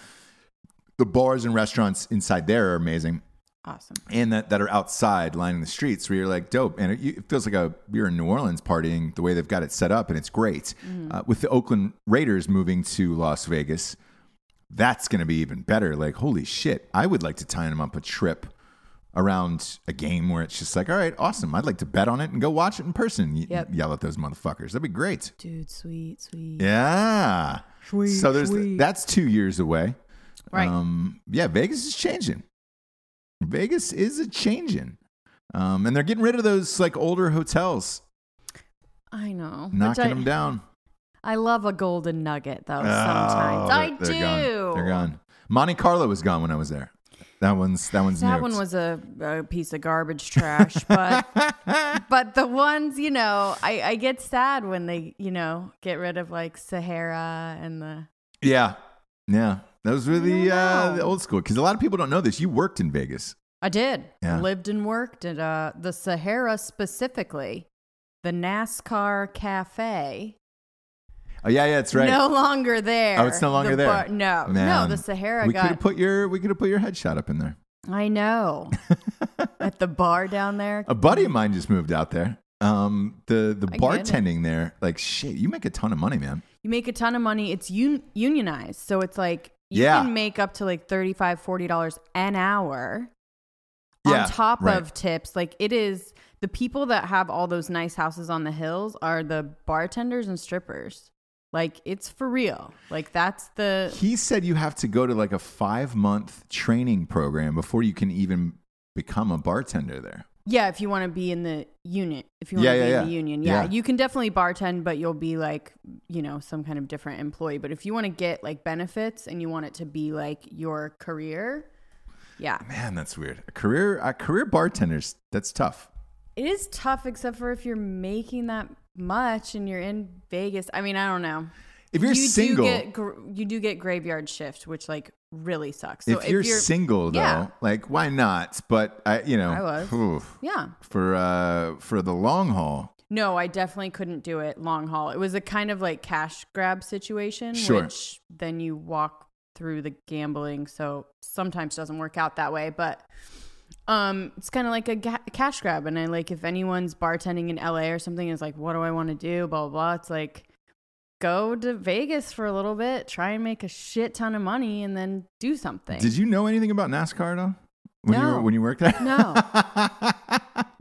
[SPEAKER 1] The bars and restaurants inside there are amazing
[SPEAKER 3] awesome.
[SPEAKER 1] and that, that are outside lining the streets where you're like dope and it, you- it feels like a you're in new orleans partying the way they've got it set up and it's great uh, with the oakland raiders moving to las vegas that's going to be even better like holy shit i would like to tie them up a trip around a game where it's just like all right awesome i'd like to bet on it and go watch it in person y-
[SPEAKER 3] Yep.
[SPEAKER 1] yell at those motherfuckers that'd be great
[SPEAKER 3] Dude, sweet, sweet.
[SPEAKER 1] yeah
[SPEAKER 3] Sweet,
[SPEAKER 1] so there's that's two years away.
[SPEAKER 3] Right.
[SPEAKER 1] Um, yeah, Vegas is changing. Vegas is a changing. Um, and they're getting rid of those like older hotels,
[SPEAKER 3] I know. Which
[SPEAKER 1] knocking
[SPEAKER 3] I,
[SPEAKER 1] them down.
[SPEAKER 3] I love a golden nugget though.
[SPEAKER 1] Oh,
[SPEAKER 3] sometimes
[SPEAKER 1] they're-
[SPEAKER 3] I
[SPEAKER 1] they're
[SPEAKER 3] do.
[SPEAKER 1] Gone. They're gone. Monte Carlo was gone when I was there. That one's that one's
[SPEAKER 3] That
[SPEAKER 1] nuked.
[SPEAKER 3] one was a, a piece of garbage trash, but but the ones you know, I, I get sad when they you know get rid of like Sahara and the
[SPEAKER 1] yeah, yeah. Those were the
[SPEAKER 3] don't
[SPEAKER 1] uh,
[SPEAKER 3] know.
[SPEAKER 1] the old school because a lot of people don't know this. You worked in Vegas.
[SPEAKER 3] I did.
[SPEAKER 1] Yeah.
[SPEAKER 3] Lived and worked at uh, the Sahara specifically, the NASCAR Cafe.
[SPEAKER 1] Oh yeah, yeah, that's right.
[SPEAKER 3] No longer there.
[SPEAKER 1] oh, it's no longer
[SPEAKER 3] The
[SPEAKER 1] there.
[SPEAKER 3] bar- no, no,
[SPEAKER 1] Man.
[SPEAKER 3] the Sahara
[SPEAKER 1] We could
[SPEAKER 3] got.
[SPEAKER 1] have put your we could have put your headshot up in there.
[SPEAKER 3] I know. at the bar down there.
[SPEAKER 1] A buddy of mine just moved out there. Um, the the
[SPEAKER 3] I get it.
[SPEAKER 1] bartending there, like shit, you make a ton of money, man.
[SPEAKER 3] You make a ton of money. It's un- unionized. So it's like you
[SPEAKER 1] Yeah.
[SPEAKER 3] can make up to like $35, $40 an hour
[SPEAKER 1] Yeah,
[SPEAKER 3] on top
[SPEAKER 1] right.
[SPEAKER 3] of tips. Like it is the people that have all those nice houses on the hills are the bartenders and strippers. Like it's for real. Like that's the
[SPEAKER 1] He said you have to go to like a five month training program before you can even become a bartender there.
[SPEAKER 3] Yeah, if you want to be in the union, if you want
[SPEAKER 1] Yeah,
[SPEAKER 3] to
[SPEAKER 1] yeah,
[SPEAKER 3] be
[SPEAKER 1] yeah.
[SPEAKER 3] in the union, yeah,
[SPEAKER 1] Yeah.
[SPEAKER 3] you can definitely bartend, but you'll be like, you know, some kind of different employee. But if you want to get like benefits and you want it to be like your career, yeah,
[SPEAKER 1] Man, that's weird. A career a career bartenders, that's tough.
[SPEAKER 3] it is tough, except for if you're making that much and you're in Vegas. I mean, I don't know.
[SPEAKER 1] If you're
[SPEAKER 3] you
[SPEAKER 1] single,
[SPEAKER 3] do get, gr- you do get graveyard shift, which like really sucks. So
[SPEAKER 1] if, you're, single though,
[SPEAKER 3] yeah.
[SPEAKER 1] like why not? But I, you know,
[SPEAKER 3] I was.
[SPEAKER 1] oof.
[SPEAKER 3] yeah,
[SPEAKER 1] for uh for the long haul,
[SPEAKER 3] No, I definitely couldn't do it long haul. It was a kind of like cash grab situation,
[SPEAKER 1] Sure.
[SPEAKER 3] which then you walk through the gambling, so sometimes doesn't work out that way. But um, it's kind of like a ga- cash grab, and I like if anyone's bartending in LA or something is like, what do I want to do? Blah blah blah. It's like go to Vegas for a little bit, try and make a shit ton of money, and then do something.
[SPEAKER 1] did you know anything about NASCAR at all? When you
[SPEAKER 3] No.
[SPEAKER 1] were, when you worked there?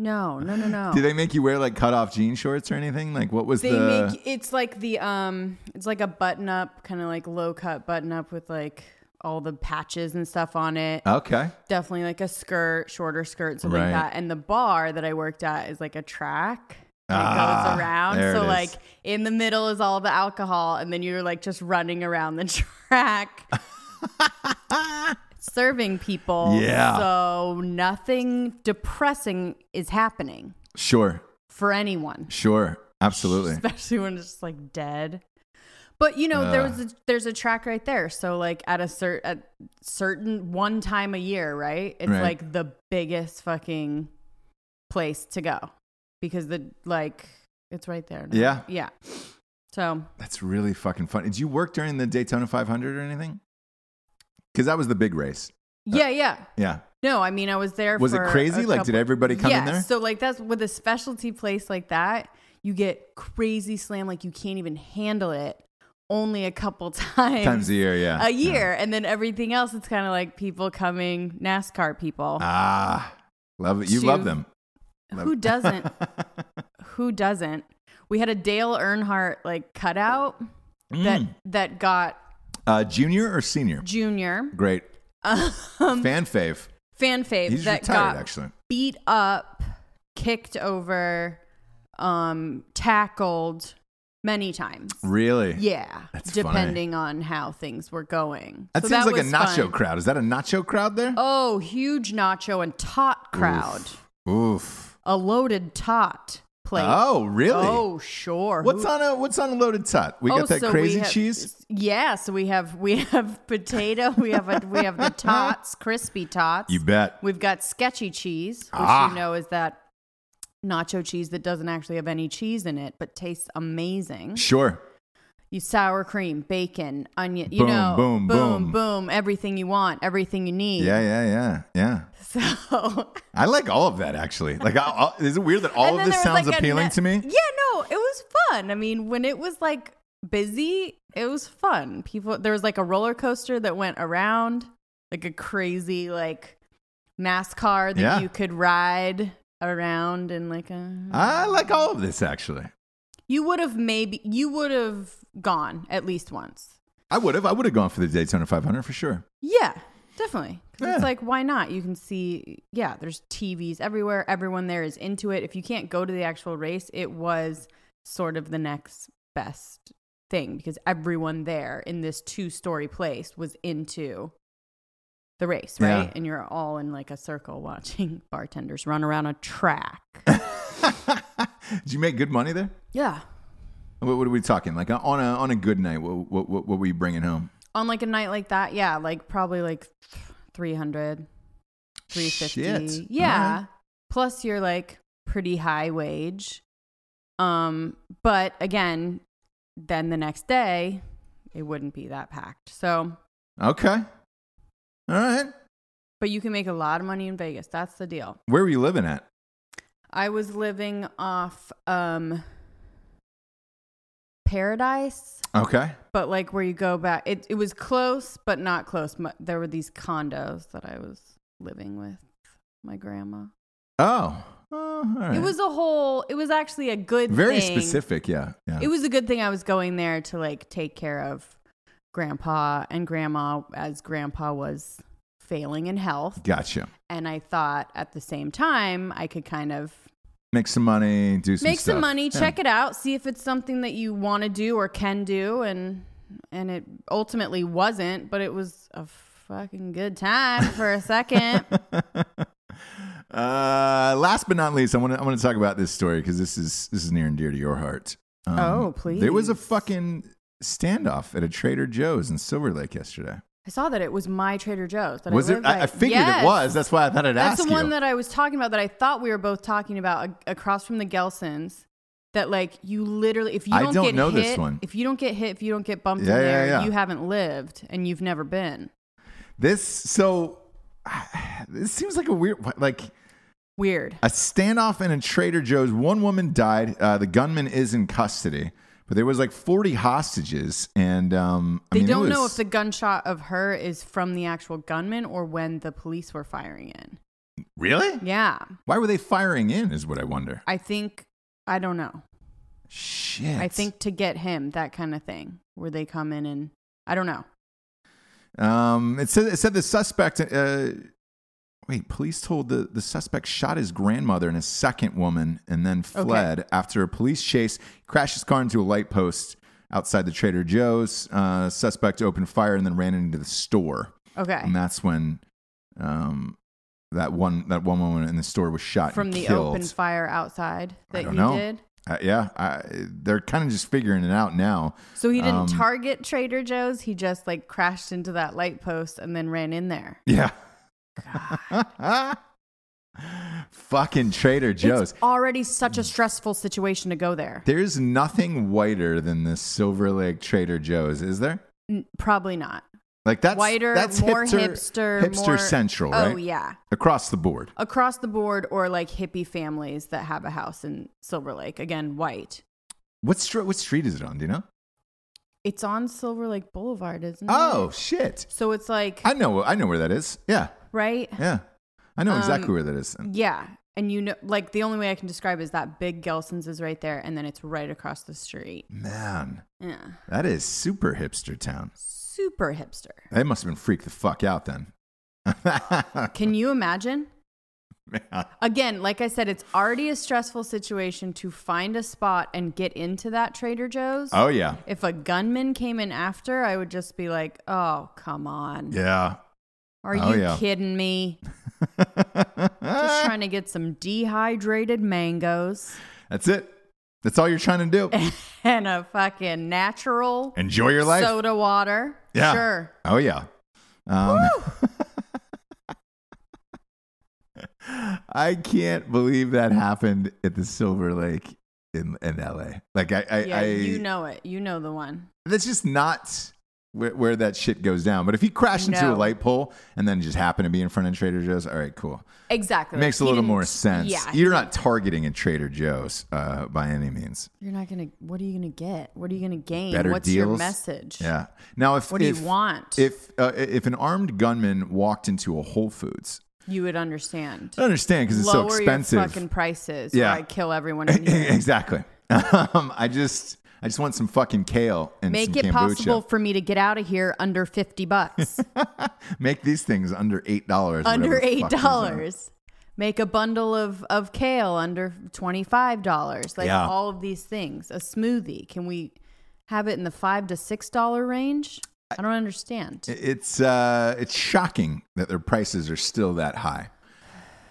[SPEAKER 3] No. no, no, no, no.
[SPEAKER 1] Did they make you wear like cut off jean shorts or anything? Like what was
[SPEAKER 3] they
[SPEAKER 1] the
[SPEAKER 3] make it's like the um it's like a button up kind of like low cut button up with like all the patches and stuff on it
[SPEAKER 1] Okay.
[SPEAKER 3] definitely like a skirt shorter skirt something
[SPEAKER 1] Uh, Right.
[SPEAKER 3] like that and the bar that i worked at is like a track and it
[SPEAKER 1] Ah,
[SPEAKER 3] goes around
[SPEAKER 1] there
[SPEAKER 3] so
[SPEAKER 1] it is.
[SPEAKER 3] like in the middle is all the alcohol and then you're like just running around the track serving people
[SPEAKER 1] Yeah.
[SPEAKER 3] so nothing depressing is happening
[SPEAKER 1] Sure.
[SPEAKER 3] for anyone
[SPEAKER 1] Sure. Absolutely.
[SPEAKER 3] especially when it's just like dead. But you know, there was a, there's a track right there. So like at a cert at certain one time a year, right? It's
[SPEAKER 1] Right.
[SPEAKER 3] like the biggest fucking place to go because the like it's right there. now.
[SPEAKER 1] Yeah. Uh,
[SPEAKER 3] yeah. So
[SPEAKER 1] That's really fucking fun. Did you work during the Daytona 500 or anything? Cuz that was the big race.
[SPEAKER 3] yeah, yeah.
[SPEAKER 1] Yeah.
[SPEAKER 3] No, I mean I was there.
[SPEAKER 1] Was it
[SPEAKER 3] for
[SPEAKER 1] crazy?
[SPEAKER 3] a
[SPEAKER 1] Like, did
[SPEAKER 3] couple-
[SPEAKER 1] everybody come in
[SPEAKER 3] Yeah,
[SPEAKER 1] there?
[SPEAKER 3] So like that's with a specialty place like that, you get crazy slam. Like you can't even handle it. Only a couple times.
[SPEAKER 1] Times a year, yeah.
[SPEAKER 3] a year and then everything else it's kind of like people coming nascar people
[SPEAKER 1] Ah. Love it. You
[SPEAKER 3] To-
[SPEAKER 1] love them.
[SPEAKER 3] who doesn't who doesn't we had a dale earnhardt like cutout that that got
[SPEAKER 1] Mm. Uh, junior or senior?
[SPEAKER 3] junior um,
[SPEAKER 1] Great. Fan fave.
[SPEAKER 3] fan fave
[SPEAKER 1] He's
[SPEAKER 3] that
[SPEAKER 1] retired
[SPEAKER 3] got
[SPEAKER 1] actually.
[SPEAKER 3] beat up kicked over um tackled many times
[SPEAKER 1] Really?
[SPEAKER 3] yeah
[SPEAKER 1] That's funny.
[SPEAKER 3] depending on how things were going
[SPEAKER 1] That
[SPEAKER 3] So
[SPEAKER 1] seems like a
[SPEAKER 3] was
[SPEAKER 1] nacho
[SPEAKER 3] fun.
[SPEAKER 1] crowd. Is that a nacho crowd there?
[SPEAKER 3] oh huge nacho and tot crowd
[SPEAKER 1] Oof.
[SPEAKER 3] a loaded tot plate
[SPEAKER 1] Oh, really?
[SPEAKER 3] Oh, sure.
[SPEAKER 1] What's
[SPEAKER 3] Who-
[SPEAKER 1] on a what's on a loaded tot? We
[SPEAKER 3] Oh,
[SPEAKER 1] got that
[SPEAKER 3] so we
[SPEAKER 1] crazy
[SPEAKER 3] have-
[SPEAKER 1] cheese.
[SPEAKER 3] Yeah, so we have we have potato, we have a, we have the tots, crispy tots.
[SPEAKER 1] You bet.
[SPEAKER 3] We've got sketchy cheese, which
[SPEAKER 1] Ah.
[SPEAKER 3] you know is that nacho cheese that doesn't actually have any cheese in it, but tastes amazing.
[SPEAKER 1] Sure.
[SPEAKER 3] You sour cream, bacon, onion, you
[SPEAKER 1] Boom,
[SPEAKER 3] know,
[SPEAKER 1] boom, boom.
[SPEAKER 3] boom, boom, everything you want, everything you need.
[SPEAKER 1] Yeah, yeah, yeah, yeah.
[SPEAKER 3] So
[SPEAKER 1] I like all of that actually. Like, I, all, is it weird that all
[SPEAKER 3] And
[SPEAKER 1] of
[SPEAKER 3] then
[SPEAKER 1] this
[SPEAKER 3] there was,
[SPEAKER 1] sounds
[SPEAKER 3] like, a
[SPEAKER 1] appealing
[SPEAKER 3] ne-
[SPEAKER 1] to me?
[SPEAKER 3] Yeah, no, it was fun. I mean, when it was like busy, it was fun. People there was like a roller coaster that went around, like a crazy like NASCAR that
[SPEAKER 1] Yeah.
[SPEAKER 3] you could ride around and like a
[SPEAKER 1] I like all of this actually.
[SPEAKER 3] you would have maybe you would have gone at least once.
[SPEAKER 1] I would have. I would have gone for the Daytona 500 for sure.
[SPEAKER 3] Yeah, definitely. 'Cause It's
[SPEAKER 1] Yeah.
[SPEAKER 3] like, why not? You can see, yeah, there's TVs everywhere. Everyone there is into it. If you can't go to the actual race, it was sort of the next best thing because everyone there in this two story place was into the race, right?
[SPEAKER 1] Yeah.
[SPEAKER 3] And you're all in like a circle watching bartenders run around a track.
[SPEAKER 1] Did you make good money there?
[SPEAKER 3] yeah.
[SPEAKER 1] What, what are we talking? Like on a on a good night, what what what, what were you bringing home?
[SPEAKER 3] On like a night like that, yeah, like probably like 300, 350
[SPEAKER 1] Shit.
[SPEAKER 3] yeah
[SPEAKER 1] Alright.
[SPEAKER 3] plus you're like pretty high wage um but again then the next day it wouldn't be that packed so
[SPEAKER 1] Okay. All right.
[SPEAKER 3] but you can make a lot of money in vegas that's the deal
[SPEAKER 1] Where were you living at?
[SPEAKER 3] i was living off um paradise
[SPEAKER 1] Okay.
[SPEAKER 3] but like where you go back it, it was close but not close Mu- there were these condos that i was living with my grandma
[SPEAKER 1] Oh. Oh, all right.
[SPEAKER 3] It was a whole. It was actually a good.
[SPEAKER 1] very
[SPEAKER 3] thing.
[SPEAKER 1] specific. Yeah. Yeah.
[SPEAKER 3] It was a good thing I was going there to like take care of grandpa and grandma as grandpa was failing in health,
[SPEAKER 1] gotcha.
[SPEAKER 3] and I thought at the same time I could kind of
[SPEAKER 1] Make some money. Do some
[SPEAKER 3] make some
[SPEAKER 1] stuff.
[SPEAKER 3] money,
[SPEAKER 1] Yeah.
[SPEAKER 3] check it out, see if it's something that you want to do or can do, and and it ultimately wasn't, but it was a fucking good time for a second.
[SPEAKER 1] Um, Uh, last but not least, I want to I want to talk about this story because this is this is near and dear to your heart. Um,
[SPEAKER 3] Oh,
[SPEAKER 1] There was a
[SPEAKER 3] please.
[SPEAKER 1] fucking standoff at a Trader Joe's in Silver Lake yesterday.
[SPEAKER 3] I saw that it was my Trader Joe's. That
[SPEAKER 1] was
[SPEAKER 3] I
[SPEAKER 1] it?
[SPEAKER 3] lived
[SPEAKER 1] I,
[SPEAKER 3] by.
[SPEAKER 1] I figured
[SPEAKER 3] Yes.
[SPEAKER 1] it was. That's why I thought I'd
[SPEAKER 3] That's
[SPEAKER 1] ask
[SPEAKER 3] the one
[SPEAKER 1] you.
[SPEAKER 3] that I was talking about that I thought we were both talking about a- across from the Gelsons. That like you literally, if you
[SPEAKER 1] I
[SPEAKER 3] don't,
[SPEAKER 1] don't
[SPEAKER 3] get
[SPEAKER 1] know
[SPEAKER 3] hit,
[SPEAKER 1] this one.
[SPEAKER 3] if you don't get hit, if you don't get bumped
[SPEAKER 1] Yeah,
[SPEAKER 3] in
[SPEAKER 1] yeah,
[SPEAKER 3] there,
[SPEAKER 1] yeah.
[SPEAKER 3] you haven't lived and you've never been.
[SPEAKER 1] this so this seems like a weird like
[SPEAKER 3] Weird.
[SPEAKER 1] a standoff in a Trader Joe's. One woman died. Uh, the gunman is in custody, but there was like forty hostages, and um, I
[SPEAKER 3] They
[SPEAKER 1] mean, it
[SPEAKER 3] don't know
[SPEAKER 1] was-
[SPEAKER 3] if the gunshot of her is from the actual gunman or when the police were firing in.
[SPEAKER 1] really.
[SPEAKER 3] Yeah,
[SPEAKER 1] Why were they firing in? Is what I wonder.
[SPEAKER 3] I think I don't know.
[SPEAKER 1] Shit.
[SPEAKER 3] I think to get him, that kind of thing, where they come in and I don't know.
[SPEAKER 1] Um, it said it said the suspect. Uh, wait, police told the the suspect shot his grandmother and a second woman, and then fled after a police chase. Crashed his car into a light post outside the Trader Joe's. Uh, suspect opened fire and then ran into the store,
[SPEAKER 3] Okay,
[SPEAKER 1] and that's when, um, that one that one woman in the store was shot
[SPEAKER 3] from
[SPEAKER 1] and
[SPEAKER 3] the
[SPEAKER 1] killed.
[SPEAKER 3] open fire outside that
[SPEAKER 1] don't
[SPEAKER 3] he
[SPEAKER 1] know.
[SPEAKER 3] did.
[SPEAKER 1] Uh, yeah, I, they're kind of just figuring it out now.
[SPEAKER 3] So he didn't
[SPEAKER 1] Um,
[SPEAKER 3] target Trader Joe's. He just like crashed into that light post and then ran in there.
[SPEAKER 1] Yeah. Fucking Trader Joe's.
[SPEAKER 3] It's already such a stressful situation to go there.
[SPEAKER 1] There's nothing whiter than this Silver Lake Trader Joe's, is there?
[SPEAKER 3] N- Probably not.
[SPEAKER 1] Like that's
[SPEAKER 3] Whiter,
[SPEAKER 1] that's
[SPEAKER 3] more
[SPEAKER 1] hipster,
[SPEAKER 3] hipster,
[SPEAKER 1] hipster
[SPEAKER 3] more-
[SPEAKER 1] central,
[SPEAKER 3] Oh
[SPEAKER 1] right?
[SPEAKER 3] yeah,
[SPEAKER 1] Across the board.
[SPEAKER 3] across the board, or like hippie families that have a house in Silver Lake. Again, white.
[SPEAKER 1] What street? What street is it on? Do you know?
[SPEAKER 3] It's on Silver Lake Boulevard, isn't it?
[SPEAKER 1] Oh shit!
[SPEAKER 3] so it's like
[SPEAKER 1] I know. I know where that is. Yeah,
[SPEAKER 3] right.
[SPEAKER 1] yeah. I know exactly
[SPEAKER 3] Um,
[SPEAKER 1] where that is.
[SPEAKER 3] Yeah. And you know, like the only way I can describe is that big Gelson's is right there, and then it's right across the street.
[SPEAKER 1] Man,
[SPEAKER 3] Yeah,
[SPEAKER 1] that is super hipster town.
[SPEAKER 3] super hipster.
[SPEAKER 1] They must have been freaked the fuck out then.
[SPEAKER 3] Can you imagine? Again, like I said, it's already a stressful situation to find a spot and get into that Trader Joe's.
[SPEAKER 1] oh yeah,
[SPEAKER 3] If a gunman came in after, I would just be like, "Oh, come on.
[SPEAKER 1] yeah.
[SPEAKER 3] Are
[SPEAKER 1] Oh,
[SPEAKER 3] you
[SPEAKER 1] yeah.
[SPEAKER 3] kidding me? Just trying to get some dehydrated mangoes
[SPEAKER 1] That's it. That's all you're trying to do.
[SPEAKER 3] and a fucking natural
[SPEAKER 1] Enjoy your life.
[SPEAKER 3] soda water."
[SPEAKER 1] Yeah.
[SPEAKER 3] Sure.
[SPEAKER 1] Oh yeah. Um, I can't believe that happened at the Silver Lake in, in LA. Like I, I,
[SPEAKER 3] Yeah,
[SPEAKER 1] I
[SPEAKER 3] you know it. You know the one.
[SPEAKER 1] that's just not where, where that shit goes down. But if he crashed into
[SPEAKER 3] No.
[SPEAKER 1] a light pole and then just happened to be in front of Trader Joe's, all right, cool.
[SPEAKER 3] Exactly.
[SPEAKER 1] It makes a
[SPEAKER 3] He
[SPEAKER 1] little
[SPEAKER 3] didn't-
[SPEAKER 1] more sense.
[SPEAKER 3] Yeah.
[SPEAKER 1] You're not targeting a Trader Joe's uh, by any means.
[SPEAKER 3] You're not going to what are you going to get? What are you going to gain?
[SPEAKER 1] Better
[SPEAKER 3] What's
[SPEAKER 1] deals.
[SPEAKER 3] your message?
[SPEAKER 1] Yeah. Now, if
[SPEAKER 3] What do you
[SPEAKER 1] if-
[SPEAKER 3] want?
[SPEAKER 1] If uh, if an armed gunman walked into a Whole Foods,
[SPEAKER 3] you would understand.
[SPEAKER 1] I understand because it's so
[SPEAKER 3] Lower
[SPEAKER 1] expensive.
[SPEAKER 3] your fucking prices.
[SPEAKER 1] Yeah.
[SPEAKER 3] or I kill everyone. In here.
[SPEAKER 1] exactly. Um, I just I just want some fucking kale and
[SPEAKER 3] Make
[SPEAKER 1] some kombucha.
[SPEAKER 3] it possible for me to get out of here under 50 bucks.
[SPEAKER 1] Make these things under eight dollars.
[SPEAKER 3] under
[SPEAKER 1] whatever the
[SPEAKER 3] eight
[SPEAKER 1] fuck these are.
[SPEAKER 3] dollars. Make a bundle of, of kale under twenty five dollars. Like
[SPEAKER 1] Yeah.
[SPEAKER 3] all of these things. A smoothie. Can we have it in the five to six dollar range? I don't understand.
[SPEAKER 1] It's uh, it's shocking that their prices are still that high,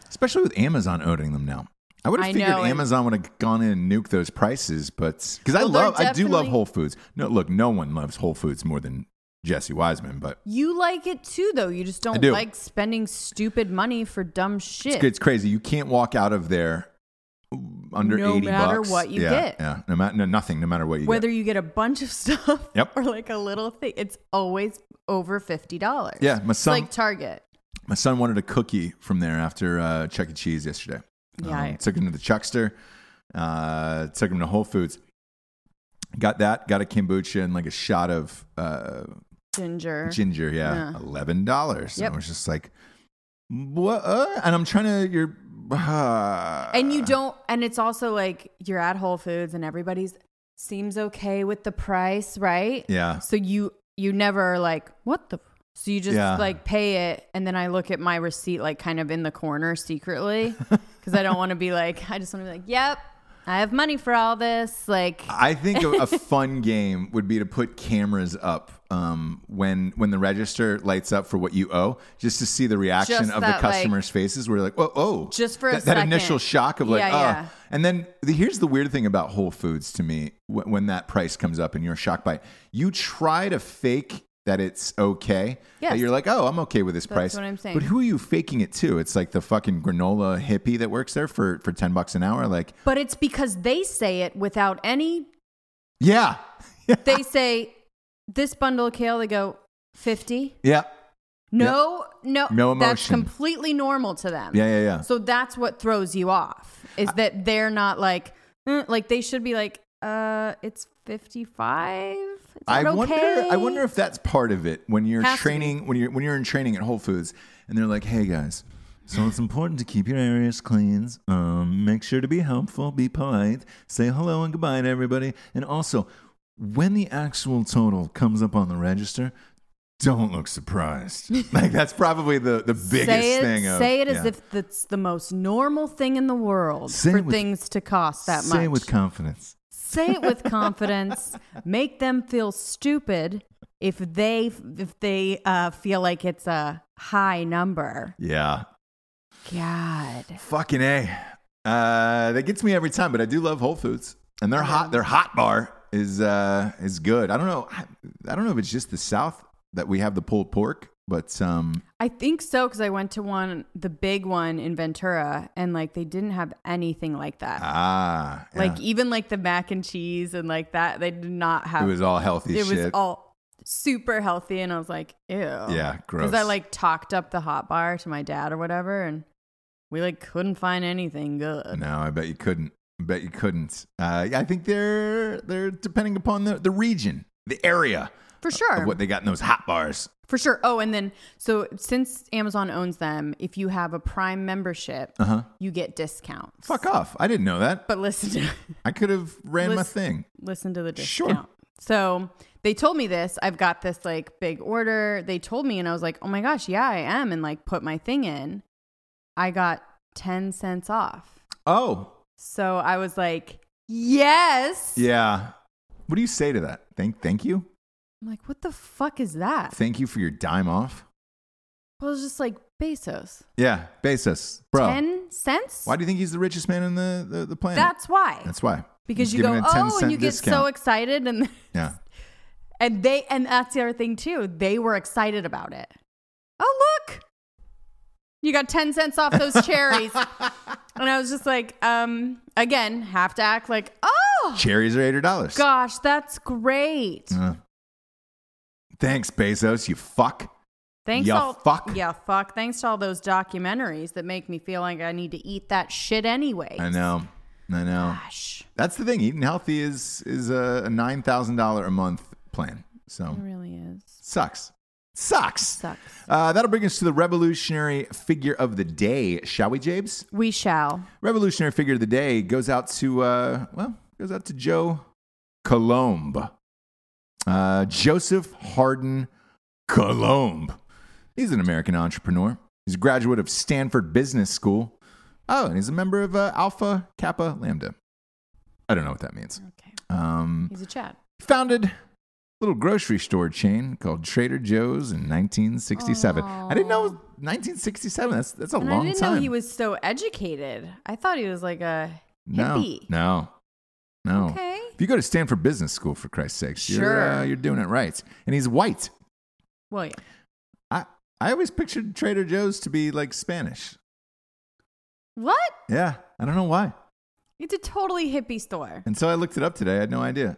[SPEAKER 1] especially with Amazon owning them now. I would have
[SPEAKER 3] I
[SPEAKER 1] figured
[SPEAKER 3] know, and-
[SPEAKER 1] Amazon would have gone in and nuked those prices, but because
[SPEAKER 3] Well,
[SPEAKER 1] I
[SPEAKER 3] they're
[SPEAKER 1] love, I do love
[SPEAKER 3] definitely-
[SPEAKER 1] Whole Foods. No, look, no one loves Whole Foods more than Jesse Wiseman, but
[SPEAKER 3] you like it too though. You just don't
[SPEAKER 1] do.
[SPEAKER 3] like spending stupid money for dumb shit.
[SPEAKER 1] it's, it's crazy. You can't walk out of there under
[SPEAKER 3] No
[SPEAKER 1] eighty
[SPEAKER 3] matter
[SPEAKER 1] bucks.
[SPEAKER 3] what you
[SPEAKER 1] yeah,
[SPEAKER 3] get.
[SPEAKER 1] yeah, no matter no, nothing, no matter what you
[SPEAKER 3] Whether
[SPEAKER 1] get.
[SPEAKER 3] you get a bunch of stuff
[SPEAKER 1] Yep.
[SPEAKER 3] or like a little thing, it's always over fifty dollars.
[SPEAKER 1] Yeah, my
[SPEAKER 3] It's
[SPEAKER 1] son-
[SPEAKER 3] like Target.
[SPEAKER 1] My son wanted a cookie from there after uh, Chuck E. Cheese yesterday.
[SPEAKER 3] Yeah, I-
[SPEAKER 1] Um, took him to the Chuckster, uh, took him to Whole Foods. Got that, got a kombucha and like a shot of uh,
[SPEAKER 3] Ginger.
[SPEAKER 1] ginger. Yeah,
[SPEAKER 3] Yeah.
[SPEAKER 1] eleven dollars.
[SPEAKER 3] Yep.
[SPEAKER 1] I was just like, what? Uh? And I'm trying to. You're. Uh,
[SPEAKER 3] and you don't and it's also like you're at whole foods and everybody's seems okay with the price right
[SPEAKER 1] Yeah.
[SPEAKER 3] so you you never are like what the so you just
[SPEAKER 1] Yeah.
[SPEAKER 3] like pay it and then i look at my receipt like kind of in the corner secretly because i don't want to be like i just want to be like yep i have money for all this like
[SPEAKER 1] I think a, a fun game would be to put cameras up um, when when the register lights up for what you owe, just to see the reaction
[SPEAKER 3] Just
[SPEAKER 1] of
[SPEAKER 3] that,
[SPEAKER 1] the
[SPEAKER 3] like-
[SPEAKER 1] customers' faces. Where you're like, oh, oh,
[SPEAKER 3] Just for a
[SPEAKER 1] that, that
[SPEAKER 3] second.
[SPEAKER 1] initial shock of like,
[SPEAKER 3] Yeah,
[SPEAKER 1] oh.
[SPEAKER 3] yeah.
[SPEAKER 1] And then the, here's the weird thing about Whole Foods to me: when, when that price comes up and you're shocked by it, you try to fake that it's okay. Yeah,
[SPEAKER 3] Yes.
[SPEAKER 1] you're like, oh, I'm okay with this price.
[SPEAKER 3] what I'm saying.
[SPEAKER 1] But who are you faking it to? It's like the fucking granola hippie that works there for for ten bucks an hour. Like,
[SPEAKER 3] but it's because they say it without any
[SPEAKER 1] yeah,
[SPEAKER 3] they say this bundle of kale they go 50
[SPEAKER 1] yeah,
[SPEAKER 3] no no
[SPEAKER 1] No
[SPEAKER 3] that's
[SPEAKER 1] emotion.
[SPEAKER 3] completely normal to them
[SPEAKER 1] yeah, yeah, yeah.
[SPEAKER 3] So that's what throws you off is that they're not like "Mm," like they should be like uh it's 55.
[SPEAKER 1] I wonder. I wonder if that's part of it when you're
[SPEAKER 3] Has to be.
[SPEAKER 1] training when you're when you're in training at Whole Foods and they're like, "Hey guys, so it's important to keep your areas clean. Um, make sure to be helpful, be polite, say hello and goodbye to everybody, and also when the actual total comes up on the register." Don't look surprised. Like that's probably the the biggest
[SPEAKER 3] say it,
[SPEAKER 1] thing. Of,
[SPEAKER 3] say it as
[SPEAKER 1] yeah.
[SPEAKER 3] if that's the most normal thing in the world
[SPEAKER 1] Say
[SPEAKER 3] for
[SPEAKER 1] it with-
[SPEAKER 3] things to cost that
[SPEAKER 1] say
[SPEAKER 3] much.
[SPEAKER 1] it with confidence.
[SPEAKER 3] say it with confidence. Make them feel stupid if they if they uh, feel like it's a high number.
[SPEAKER 1] Yeah,
[SPEAKER 3] God.
[SPEAKER 1] Fucking a. Uh, that gets me every time, but I do love Whole Foods, and their hot their hot bar is uh is good. I don't know. I, I don't know if it's just the South that we have the pulled pork, but um
[SPEAKER 3] I think so because I went to one, the big one in Ventura, and like they didn't have anything like that.
[SPEAKER 1] ah yeah.
[SPEAKER 3] Like even like the mac and cheese and like that, they did not have.
[SPEAKER 1] it was all healthy
[SPEAKER 3] it was
[SPEAKER 1] shit.
[SPEAKER 3] all super healthy, and I was like, ew.
[SPEAKER 1] yeah, gross.
[SPEAKER 3] Because I like talked up the hot bar to my dad or whatever, and we like couldn't find anything good.
[SPEAKER 1] No, I bet you couldn't. I bet you couldn't. Uh, yeah, I think they're they're depending upon the the region, the area
[SPEAKER 3] For sure.
[SPEAKER 1] of what they got in those hot bars.
[SPEAKER 3] For sure. Oh, and then so since Amazon owns them, if you have a Prime membership,
[SPEAKER 1] Uh-huh.
[SPEAKER 3] you get discounts.
[SPEAKER 1] Fuck off! I didn't know that.
[SPEAKER 3] But listen to
[SPEAKER 1] I could have ran my
[SPEAKER 3] Listen-
[SPEAKER 1] thing.
[SPEAKER 3] listen to the
[SPEAKER 1] Sure.
[SPEAKER 3] discount. So they told me this. I've got this like big order. They told me, and I was like, oh my gosh, yeah, I am. And like put my thing in. I got 10 cents off.
[SPEAKER 1] Oh,
[SPEAKER 3] So I was like, yes.
[SPEAKER 1] Yeah. What do you say to that? Thank thank you.
[SPEAKER 3] I'm like, what the fuck is that?
[SPEAKER 1] Thank you for your dime off.
[SPEAKER 3] well, it's just like Bezos.
[SPEAKER 1] Yeah. Bezos. Bro.
[SPEAKER 3] 10 cents?
[SPEAKER 1] Why do you think he's the richest man on the, the, the planet?
[SPEAKER 3] That's why.
[SPEAKER 1] That's why.
[SPEAKER 3] because
[SPEAKER 1] He's
[SPEAKER 3] you
[SPEAKER 1] giving
[SPEAKER 3] go,
[SPEAKER 1] a 10
[SPEAKER 3] oh,
[SPEAKER 1] cent
[SPEAKER 3] and you get so
[SPEAKER 1] discount.
[SPEAKER 3] excited. And,
[SPEAKER 1] Yeah.
[SPEAKER 3] and they, and that's the other thing too. They were excited about it. Oh, look. You got 10 cents off those cherries. And I was just like, um, again, have to act like, oh
[SPEAKER 1] Cherries are eight dollars.
[SPEAKER 3] gosh, that's great.
[SPEAKER 1] Mm. Thanks, Bezos, you fuck.
[SPEAKER 3] Thanks
[SPEAKER 1] ya
[SPEAKER 3] all
[SPEAKER 1] fuck.
[SPEAKER 3] Yeah, fuck. Thanks to all those documentaries that make me feel like I need to eat that shit anyway.
[SPEAKER 1] I know. I know.
[SPEAKER 3] Gosh.
[SPEAKER 1] That's the thing. Eating healthy is is a, a nine thousand dollar a month plan. So
[SPEAKER 3] It really is.
[SPEAKER 1] sucks. Sucks.
[SPEAKER 3] Mm-hmm. Sucks.
[SPEAKER 1] Uh, that'll bring us to the revolutionary figure of the day, shall we, Jabes?
[SPEAKER 3] We shall.
[SPEAKER 1] revolutionary figure of the day goes out to uh, well goes out to Joe Colombe. Uh, Joseph Hardin Colombe. He's an American entrepreneur. He's a graduate of Stanford Business School. Oh, and he's a member of uh, Alpha Kappa Lambda. I don't know what that means.
[SPEAKER 3] Okay.
[SPEAKER 1] Um,
[SPEAKER 3] He's a Chad.
[SPEAKER 1] founded a little grocery store chain called Trader Joe's in 1967. I didn't know it was 1967. That's that's a
[SPEAKER 3] And
[SPEAKER 1] long
[SPEAKER 3] I didn't
[SPEAKER 1] time.
[SPEAKER 3] know he was so educated. I thought he was like a
[SPEAKER 1] no,
[SPEAKER 3] hippie.
[SPEAKER 1] no, no.
[SPEAKER 3] Okay.
[SPEAKER 1] If you go to Stanford Business School, for Christ's sakes, you're uh,
[SPEAKER 3] Sure.
[SPEAKER 1] you're doing it right. And he's white.
[SPEAKER 3] Well, yeah.
[SPEAKER 1] I I always pictured Trader Joe's to be like Spanish.
[SPEAKER 3] what?
[SPEAKER 1] Yeah, I don't know why.
[SPEAKER 3] It's a totally hippie store.
[SPEAKER 1] Until I looked it up today, I had no idea.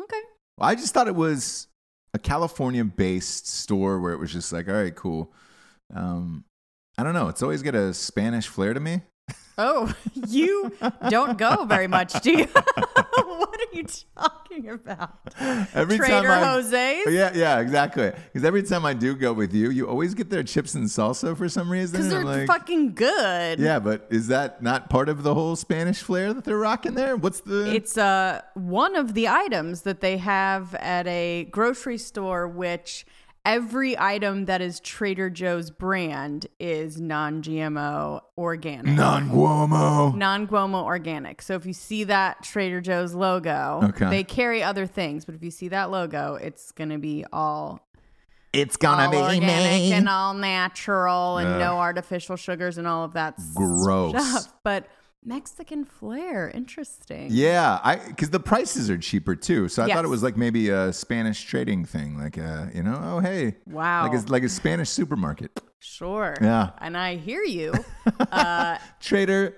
[SPEAKER 3] Okay.
[SPEAKER 1] I just thought it was a California based store where it was just like, all right, cool. Um, I don't know. It's always got a Spanish flair to me.
[SPEAKER 3] Oh, you don't go very much, do you? what are you talking about?
[SPEAKER 1] Every
[SPEAKER 3] Trader
[SPEAKER 1] I-
[SPEAKER 3] Jose's?
[SPEAKER 1] Yeah, yeah, exactly. Because every time I do go with you, you always get their chips and salsa for some reason.
[SPEAKER 3] Because
[SPEAKER 1] and
[SPEAKER 3] they're
[SPEAKER 1] I'm like,
[SPEAKER 3] fucking good.
[SPEAKER 1] Yeah, but is that not part of the whole Spanish flair that they're rocking there? What's the?
[SPEAKER 3] It's uh, one of the items that they have at a grocery store, which every item that is Trader Joe's brand is non GMO organic.
[SPEAKER 1] non uomo.
[SPEAKER 3] non Guomo organic. So if you see that Trader Joe's logo,
[SPEAKER 1] Okay.
[SPEAKER 3] they carry other things, but if you see that logo, it's going to be all,
[SPEAKER 1] It's gonna
[SPEAKER 3] all
[SPEAKER 1] be
[SPEAKER 3] organic
[SPEAKER 1] me.
[SPEAKER 3] and all natural and no artificial sugars and all of that
[SPEAKER 1] Gross.
[SPEAKER 3] stuff. But Mexican flair, interesting.
[SPEAKER 1] Yeah, I because the prices are cheaper too, so I thought
[SPEAKER 3] Yes.
[SPEAKER 1] it was like maybe a Spanish trading thing, like a you know, oh hey,
[SPEAKER 3] Wow.
[SPEAKER 1] like a, like a Spanish supermarket
[SPEAKER 3] Sure.
[SPEAKER 1] Yeah.
[SPEAKER 3] And I hear you. Uh,
[SPEAKER 1] Trader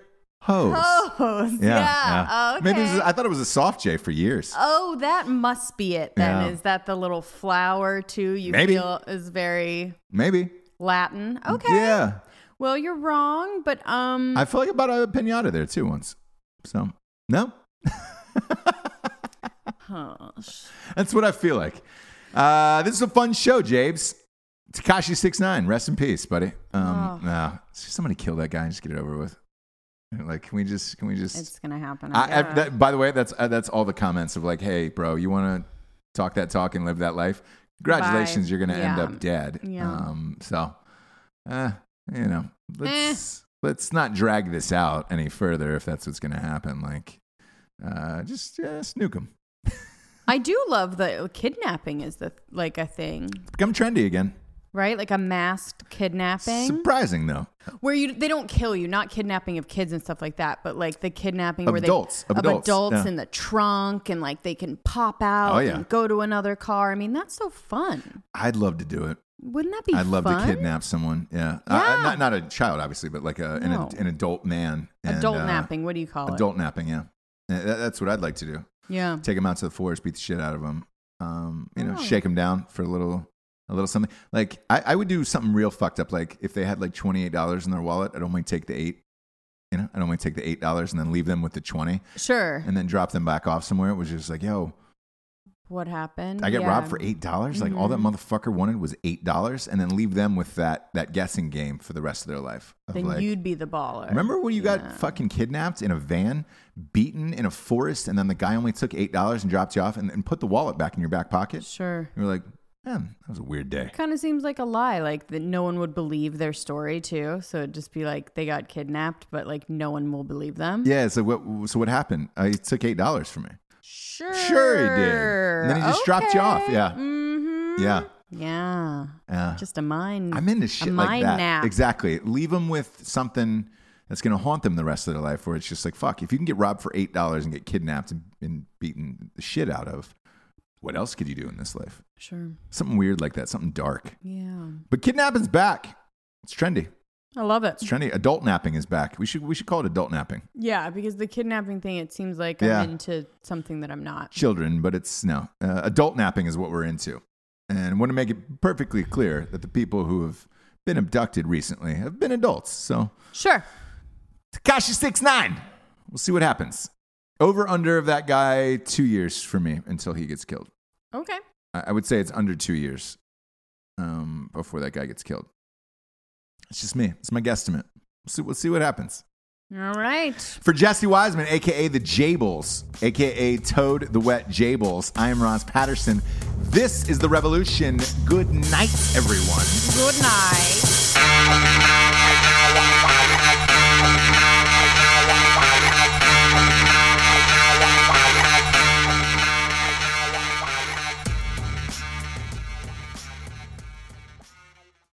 [SPEAKER 1] Joe's.
[SPEAKER 3] oh, yeah. Oh, okay.
[SPEAKER 1] Maybe it was, I thought it was a soft J for years.
[SPEAKER 3] Oh, that must be it then.
[SPEAKER 1] Yeah.
[SPEAKER 3] Is that the little flower too? You
[SPEAKER 1] Maybe.
[SPEAKER 3] feel is very
[SPEAKER 1] Maybe.
[SPEAKER 3] Latin. Okay.
[SPEAKER 1] Yeah,
[SPEAKER 3] Well, you're wrong, but um,
[SPEAKER 1] I feel like I bought a pinata there too once. So no,
[SPEAKER 3] gosh.
[SPEAKER 1] that's what I feel like. Uh, this is a fun show, Jabes. Takashi six nine, rest in peace, buddy. Um,
[SPEAKER 3] Oh.
[SPEAKER 1] nah, somebody kill that guy and just get it over with. Like, can we just? Can we just?
[SPEAKER 3] it's gonna happen. I,
[SPEAKER 1] I, I,
[SPEAKER 3] guess.
[SPEAKER 1] that, by the way, that's uh, that's all the comments of like, hey, bro, you want to talk that talk and live that life? Congratulations,
[SPEAKER 3] Bye.
[SPEAKER 1] you're gonna end
[SPEAKER 3] Yeah.
[SPEAKER 1] up dead.
[SPEAKER 3] Yeah.
[SPEAKER 1] Um, so, uh, you know,
[SPEAKER 3] Eh.
[SPEAKER 1] let's let's not drag this out any further if that's what's gonna happen. Like, uh, just uh, snook them,
[SPEAKER 3] I do love that kidnapping is the like a thing,
[SPEAKER 1] become trendy again.
[SPEAKER 3] right? Like a masked kidnapping,
[SPEAKER 1] Surprising though,
[SPEAKER 3] where you they don't kill you, not kidnapping of kids and stuff like that, but like the kidnapping
[SPEAKER 1] Of
[SPEAKER 3] where
[SPEAKER 1] adults,
[SPEAKER 3] they
[SPEAKER 1] of adults, yeah.
[SPEAKER 3] in the trunk and like they can pop out
[SPEAKER 1] Oh, yeah.
[SPEAKER 3] and go to another car. I mean, that's so fun.
[SPEAKER 1] I'd love to do it.
[SPEAKER 3] Wouldn't that be?
[SPEAKER 1] I'd love to
[SPEAKER 3] fun?
[SPEAKER 1] kidnap someone. Yeah, I- I-
[SPEAKER 3] Yeah.
[SPEAKER 1] not not a child, obviously, but like a,
[SPEAKER 3] No.
[SPEAKER 1] an, an adult man. And,
[SPEAKER 3] Adult
[SPEAKER 1] uh,
[SPEAKER 3] napping. What do you call
[SPEAKER 1] Adult napping. Yeah, Yeah, that- that's what I'd like to do.
[SPEAKER 3] it? Yeah.
[SPEAKER 1] take him out to the forest, beat the shit out of him. Um, you know,
[SPEAKER 3] Oh.
[SPEAKER 1] shake him down for a little, a little something. Like I, I would do something real fucked up. Like if they had like twenty eight dollars in their wallet, I'd only take the eight. You know, I'd only take the eight dollars and then leave them with the twenty,
[SPEAKER 3] Sure.
[SPEAKER 1] and then drop them back off somewhere. It was just like, yo,
[SPEAKER 3] What happened?
[SPEAKER 1] I got
[SPEAKER 3] Yeah. Mm-hmm.
[SPEAKER 1] robbed for eight dollars. Like all that motherfucker wanted was eight dollars, and then leave them with that that guessing game for the rest of their life. Of
[SPEAKER 3] Then
[SPEAKER 1] like,
[SPEAKER 3] you'd be the baller.
[SPEAKER 1] Remember when you got fucking kidnapped in a van, beaten in a forest, and then the guy only took eight dollars and dropped you off, and, and put the wallet back in your back pocket?
[SPEAKER 3] Sure.
[SPEAKER 1] You were like, man, that was a weird day.
[SPEAKER 3] kind of seems like a lie like that no one would believe their story too so it'd just be like they got kidnapped but like no one will believe them
[SPEAKER 1] Yeah. So what? So what happened? Uh, he took eight dollars from me.
[SPEAKER 3] sure
[SPEAKER 1] Sure he did. And then he just dropped you off. Yeah.
[SPEAKER 3] mm-hmm.
[SPEAKER 1] Yeah.
[SPEAKER 3] yeah
[SPEAKER 1] Yeah.
[SPEAKER 3] just a mind
[SPEAKER 1] I'm into shit like
[SPEAKER 3] mind
[SPEAKER 1] that.
[SPEAKER 3] nap.
[SPEAKER 1] Exactly. Leave them with something that's going to haunt them the rest of their life. Where it's just like, fuck. If you can get robbed for eight dollars and get kidnapped and, and beaten the shit out of, what else could you do in this life?
[SPEAKER 3] sure
[SPEAKER 1] Something weird like that. Something dark.
[SPEAKER 3] yeah
[SPEAKER 1] But kidnapping's back. It's trendy.
[SPEAKER 3] i love it
[SPEAKER 1] It's trendy. Adult napping is back. We should we should call it adult napping.
[SPEAKER 3] yeah because the kidnapping thing it seems like
[SPEAKER 1] Yeah.
[SPEAKER 3] i'm into something that i'm not
[SPEAKER 1] Children, but it's no. Uh, adult napping is what we're into. And I want to make it perfectly clear that the people who have been abducted recently have been adults. So
[SPEAKER 3] sure
[SPEAKER 1] Takashi six nine. We'll see what happens. Over under of that guy two years for me until he gets killed.
[SPEAKER 3] okay
[SPEAKER 1] I, I would say it's under two years um, before that guy gets killed. It's just me. It's my guesstimate. We'll see, we'll see what happens.
[SPEAKER 3] All right.
[SPEAKER 1] For Jesse Wiseman, aka the Jables, aka Toad the Wet Jables, I am Ross Patterson. This is the Revolution. Good night, everyone.
[SPEAKER 3] Good night.
[SPEAKER 2] Bye.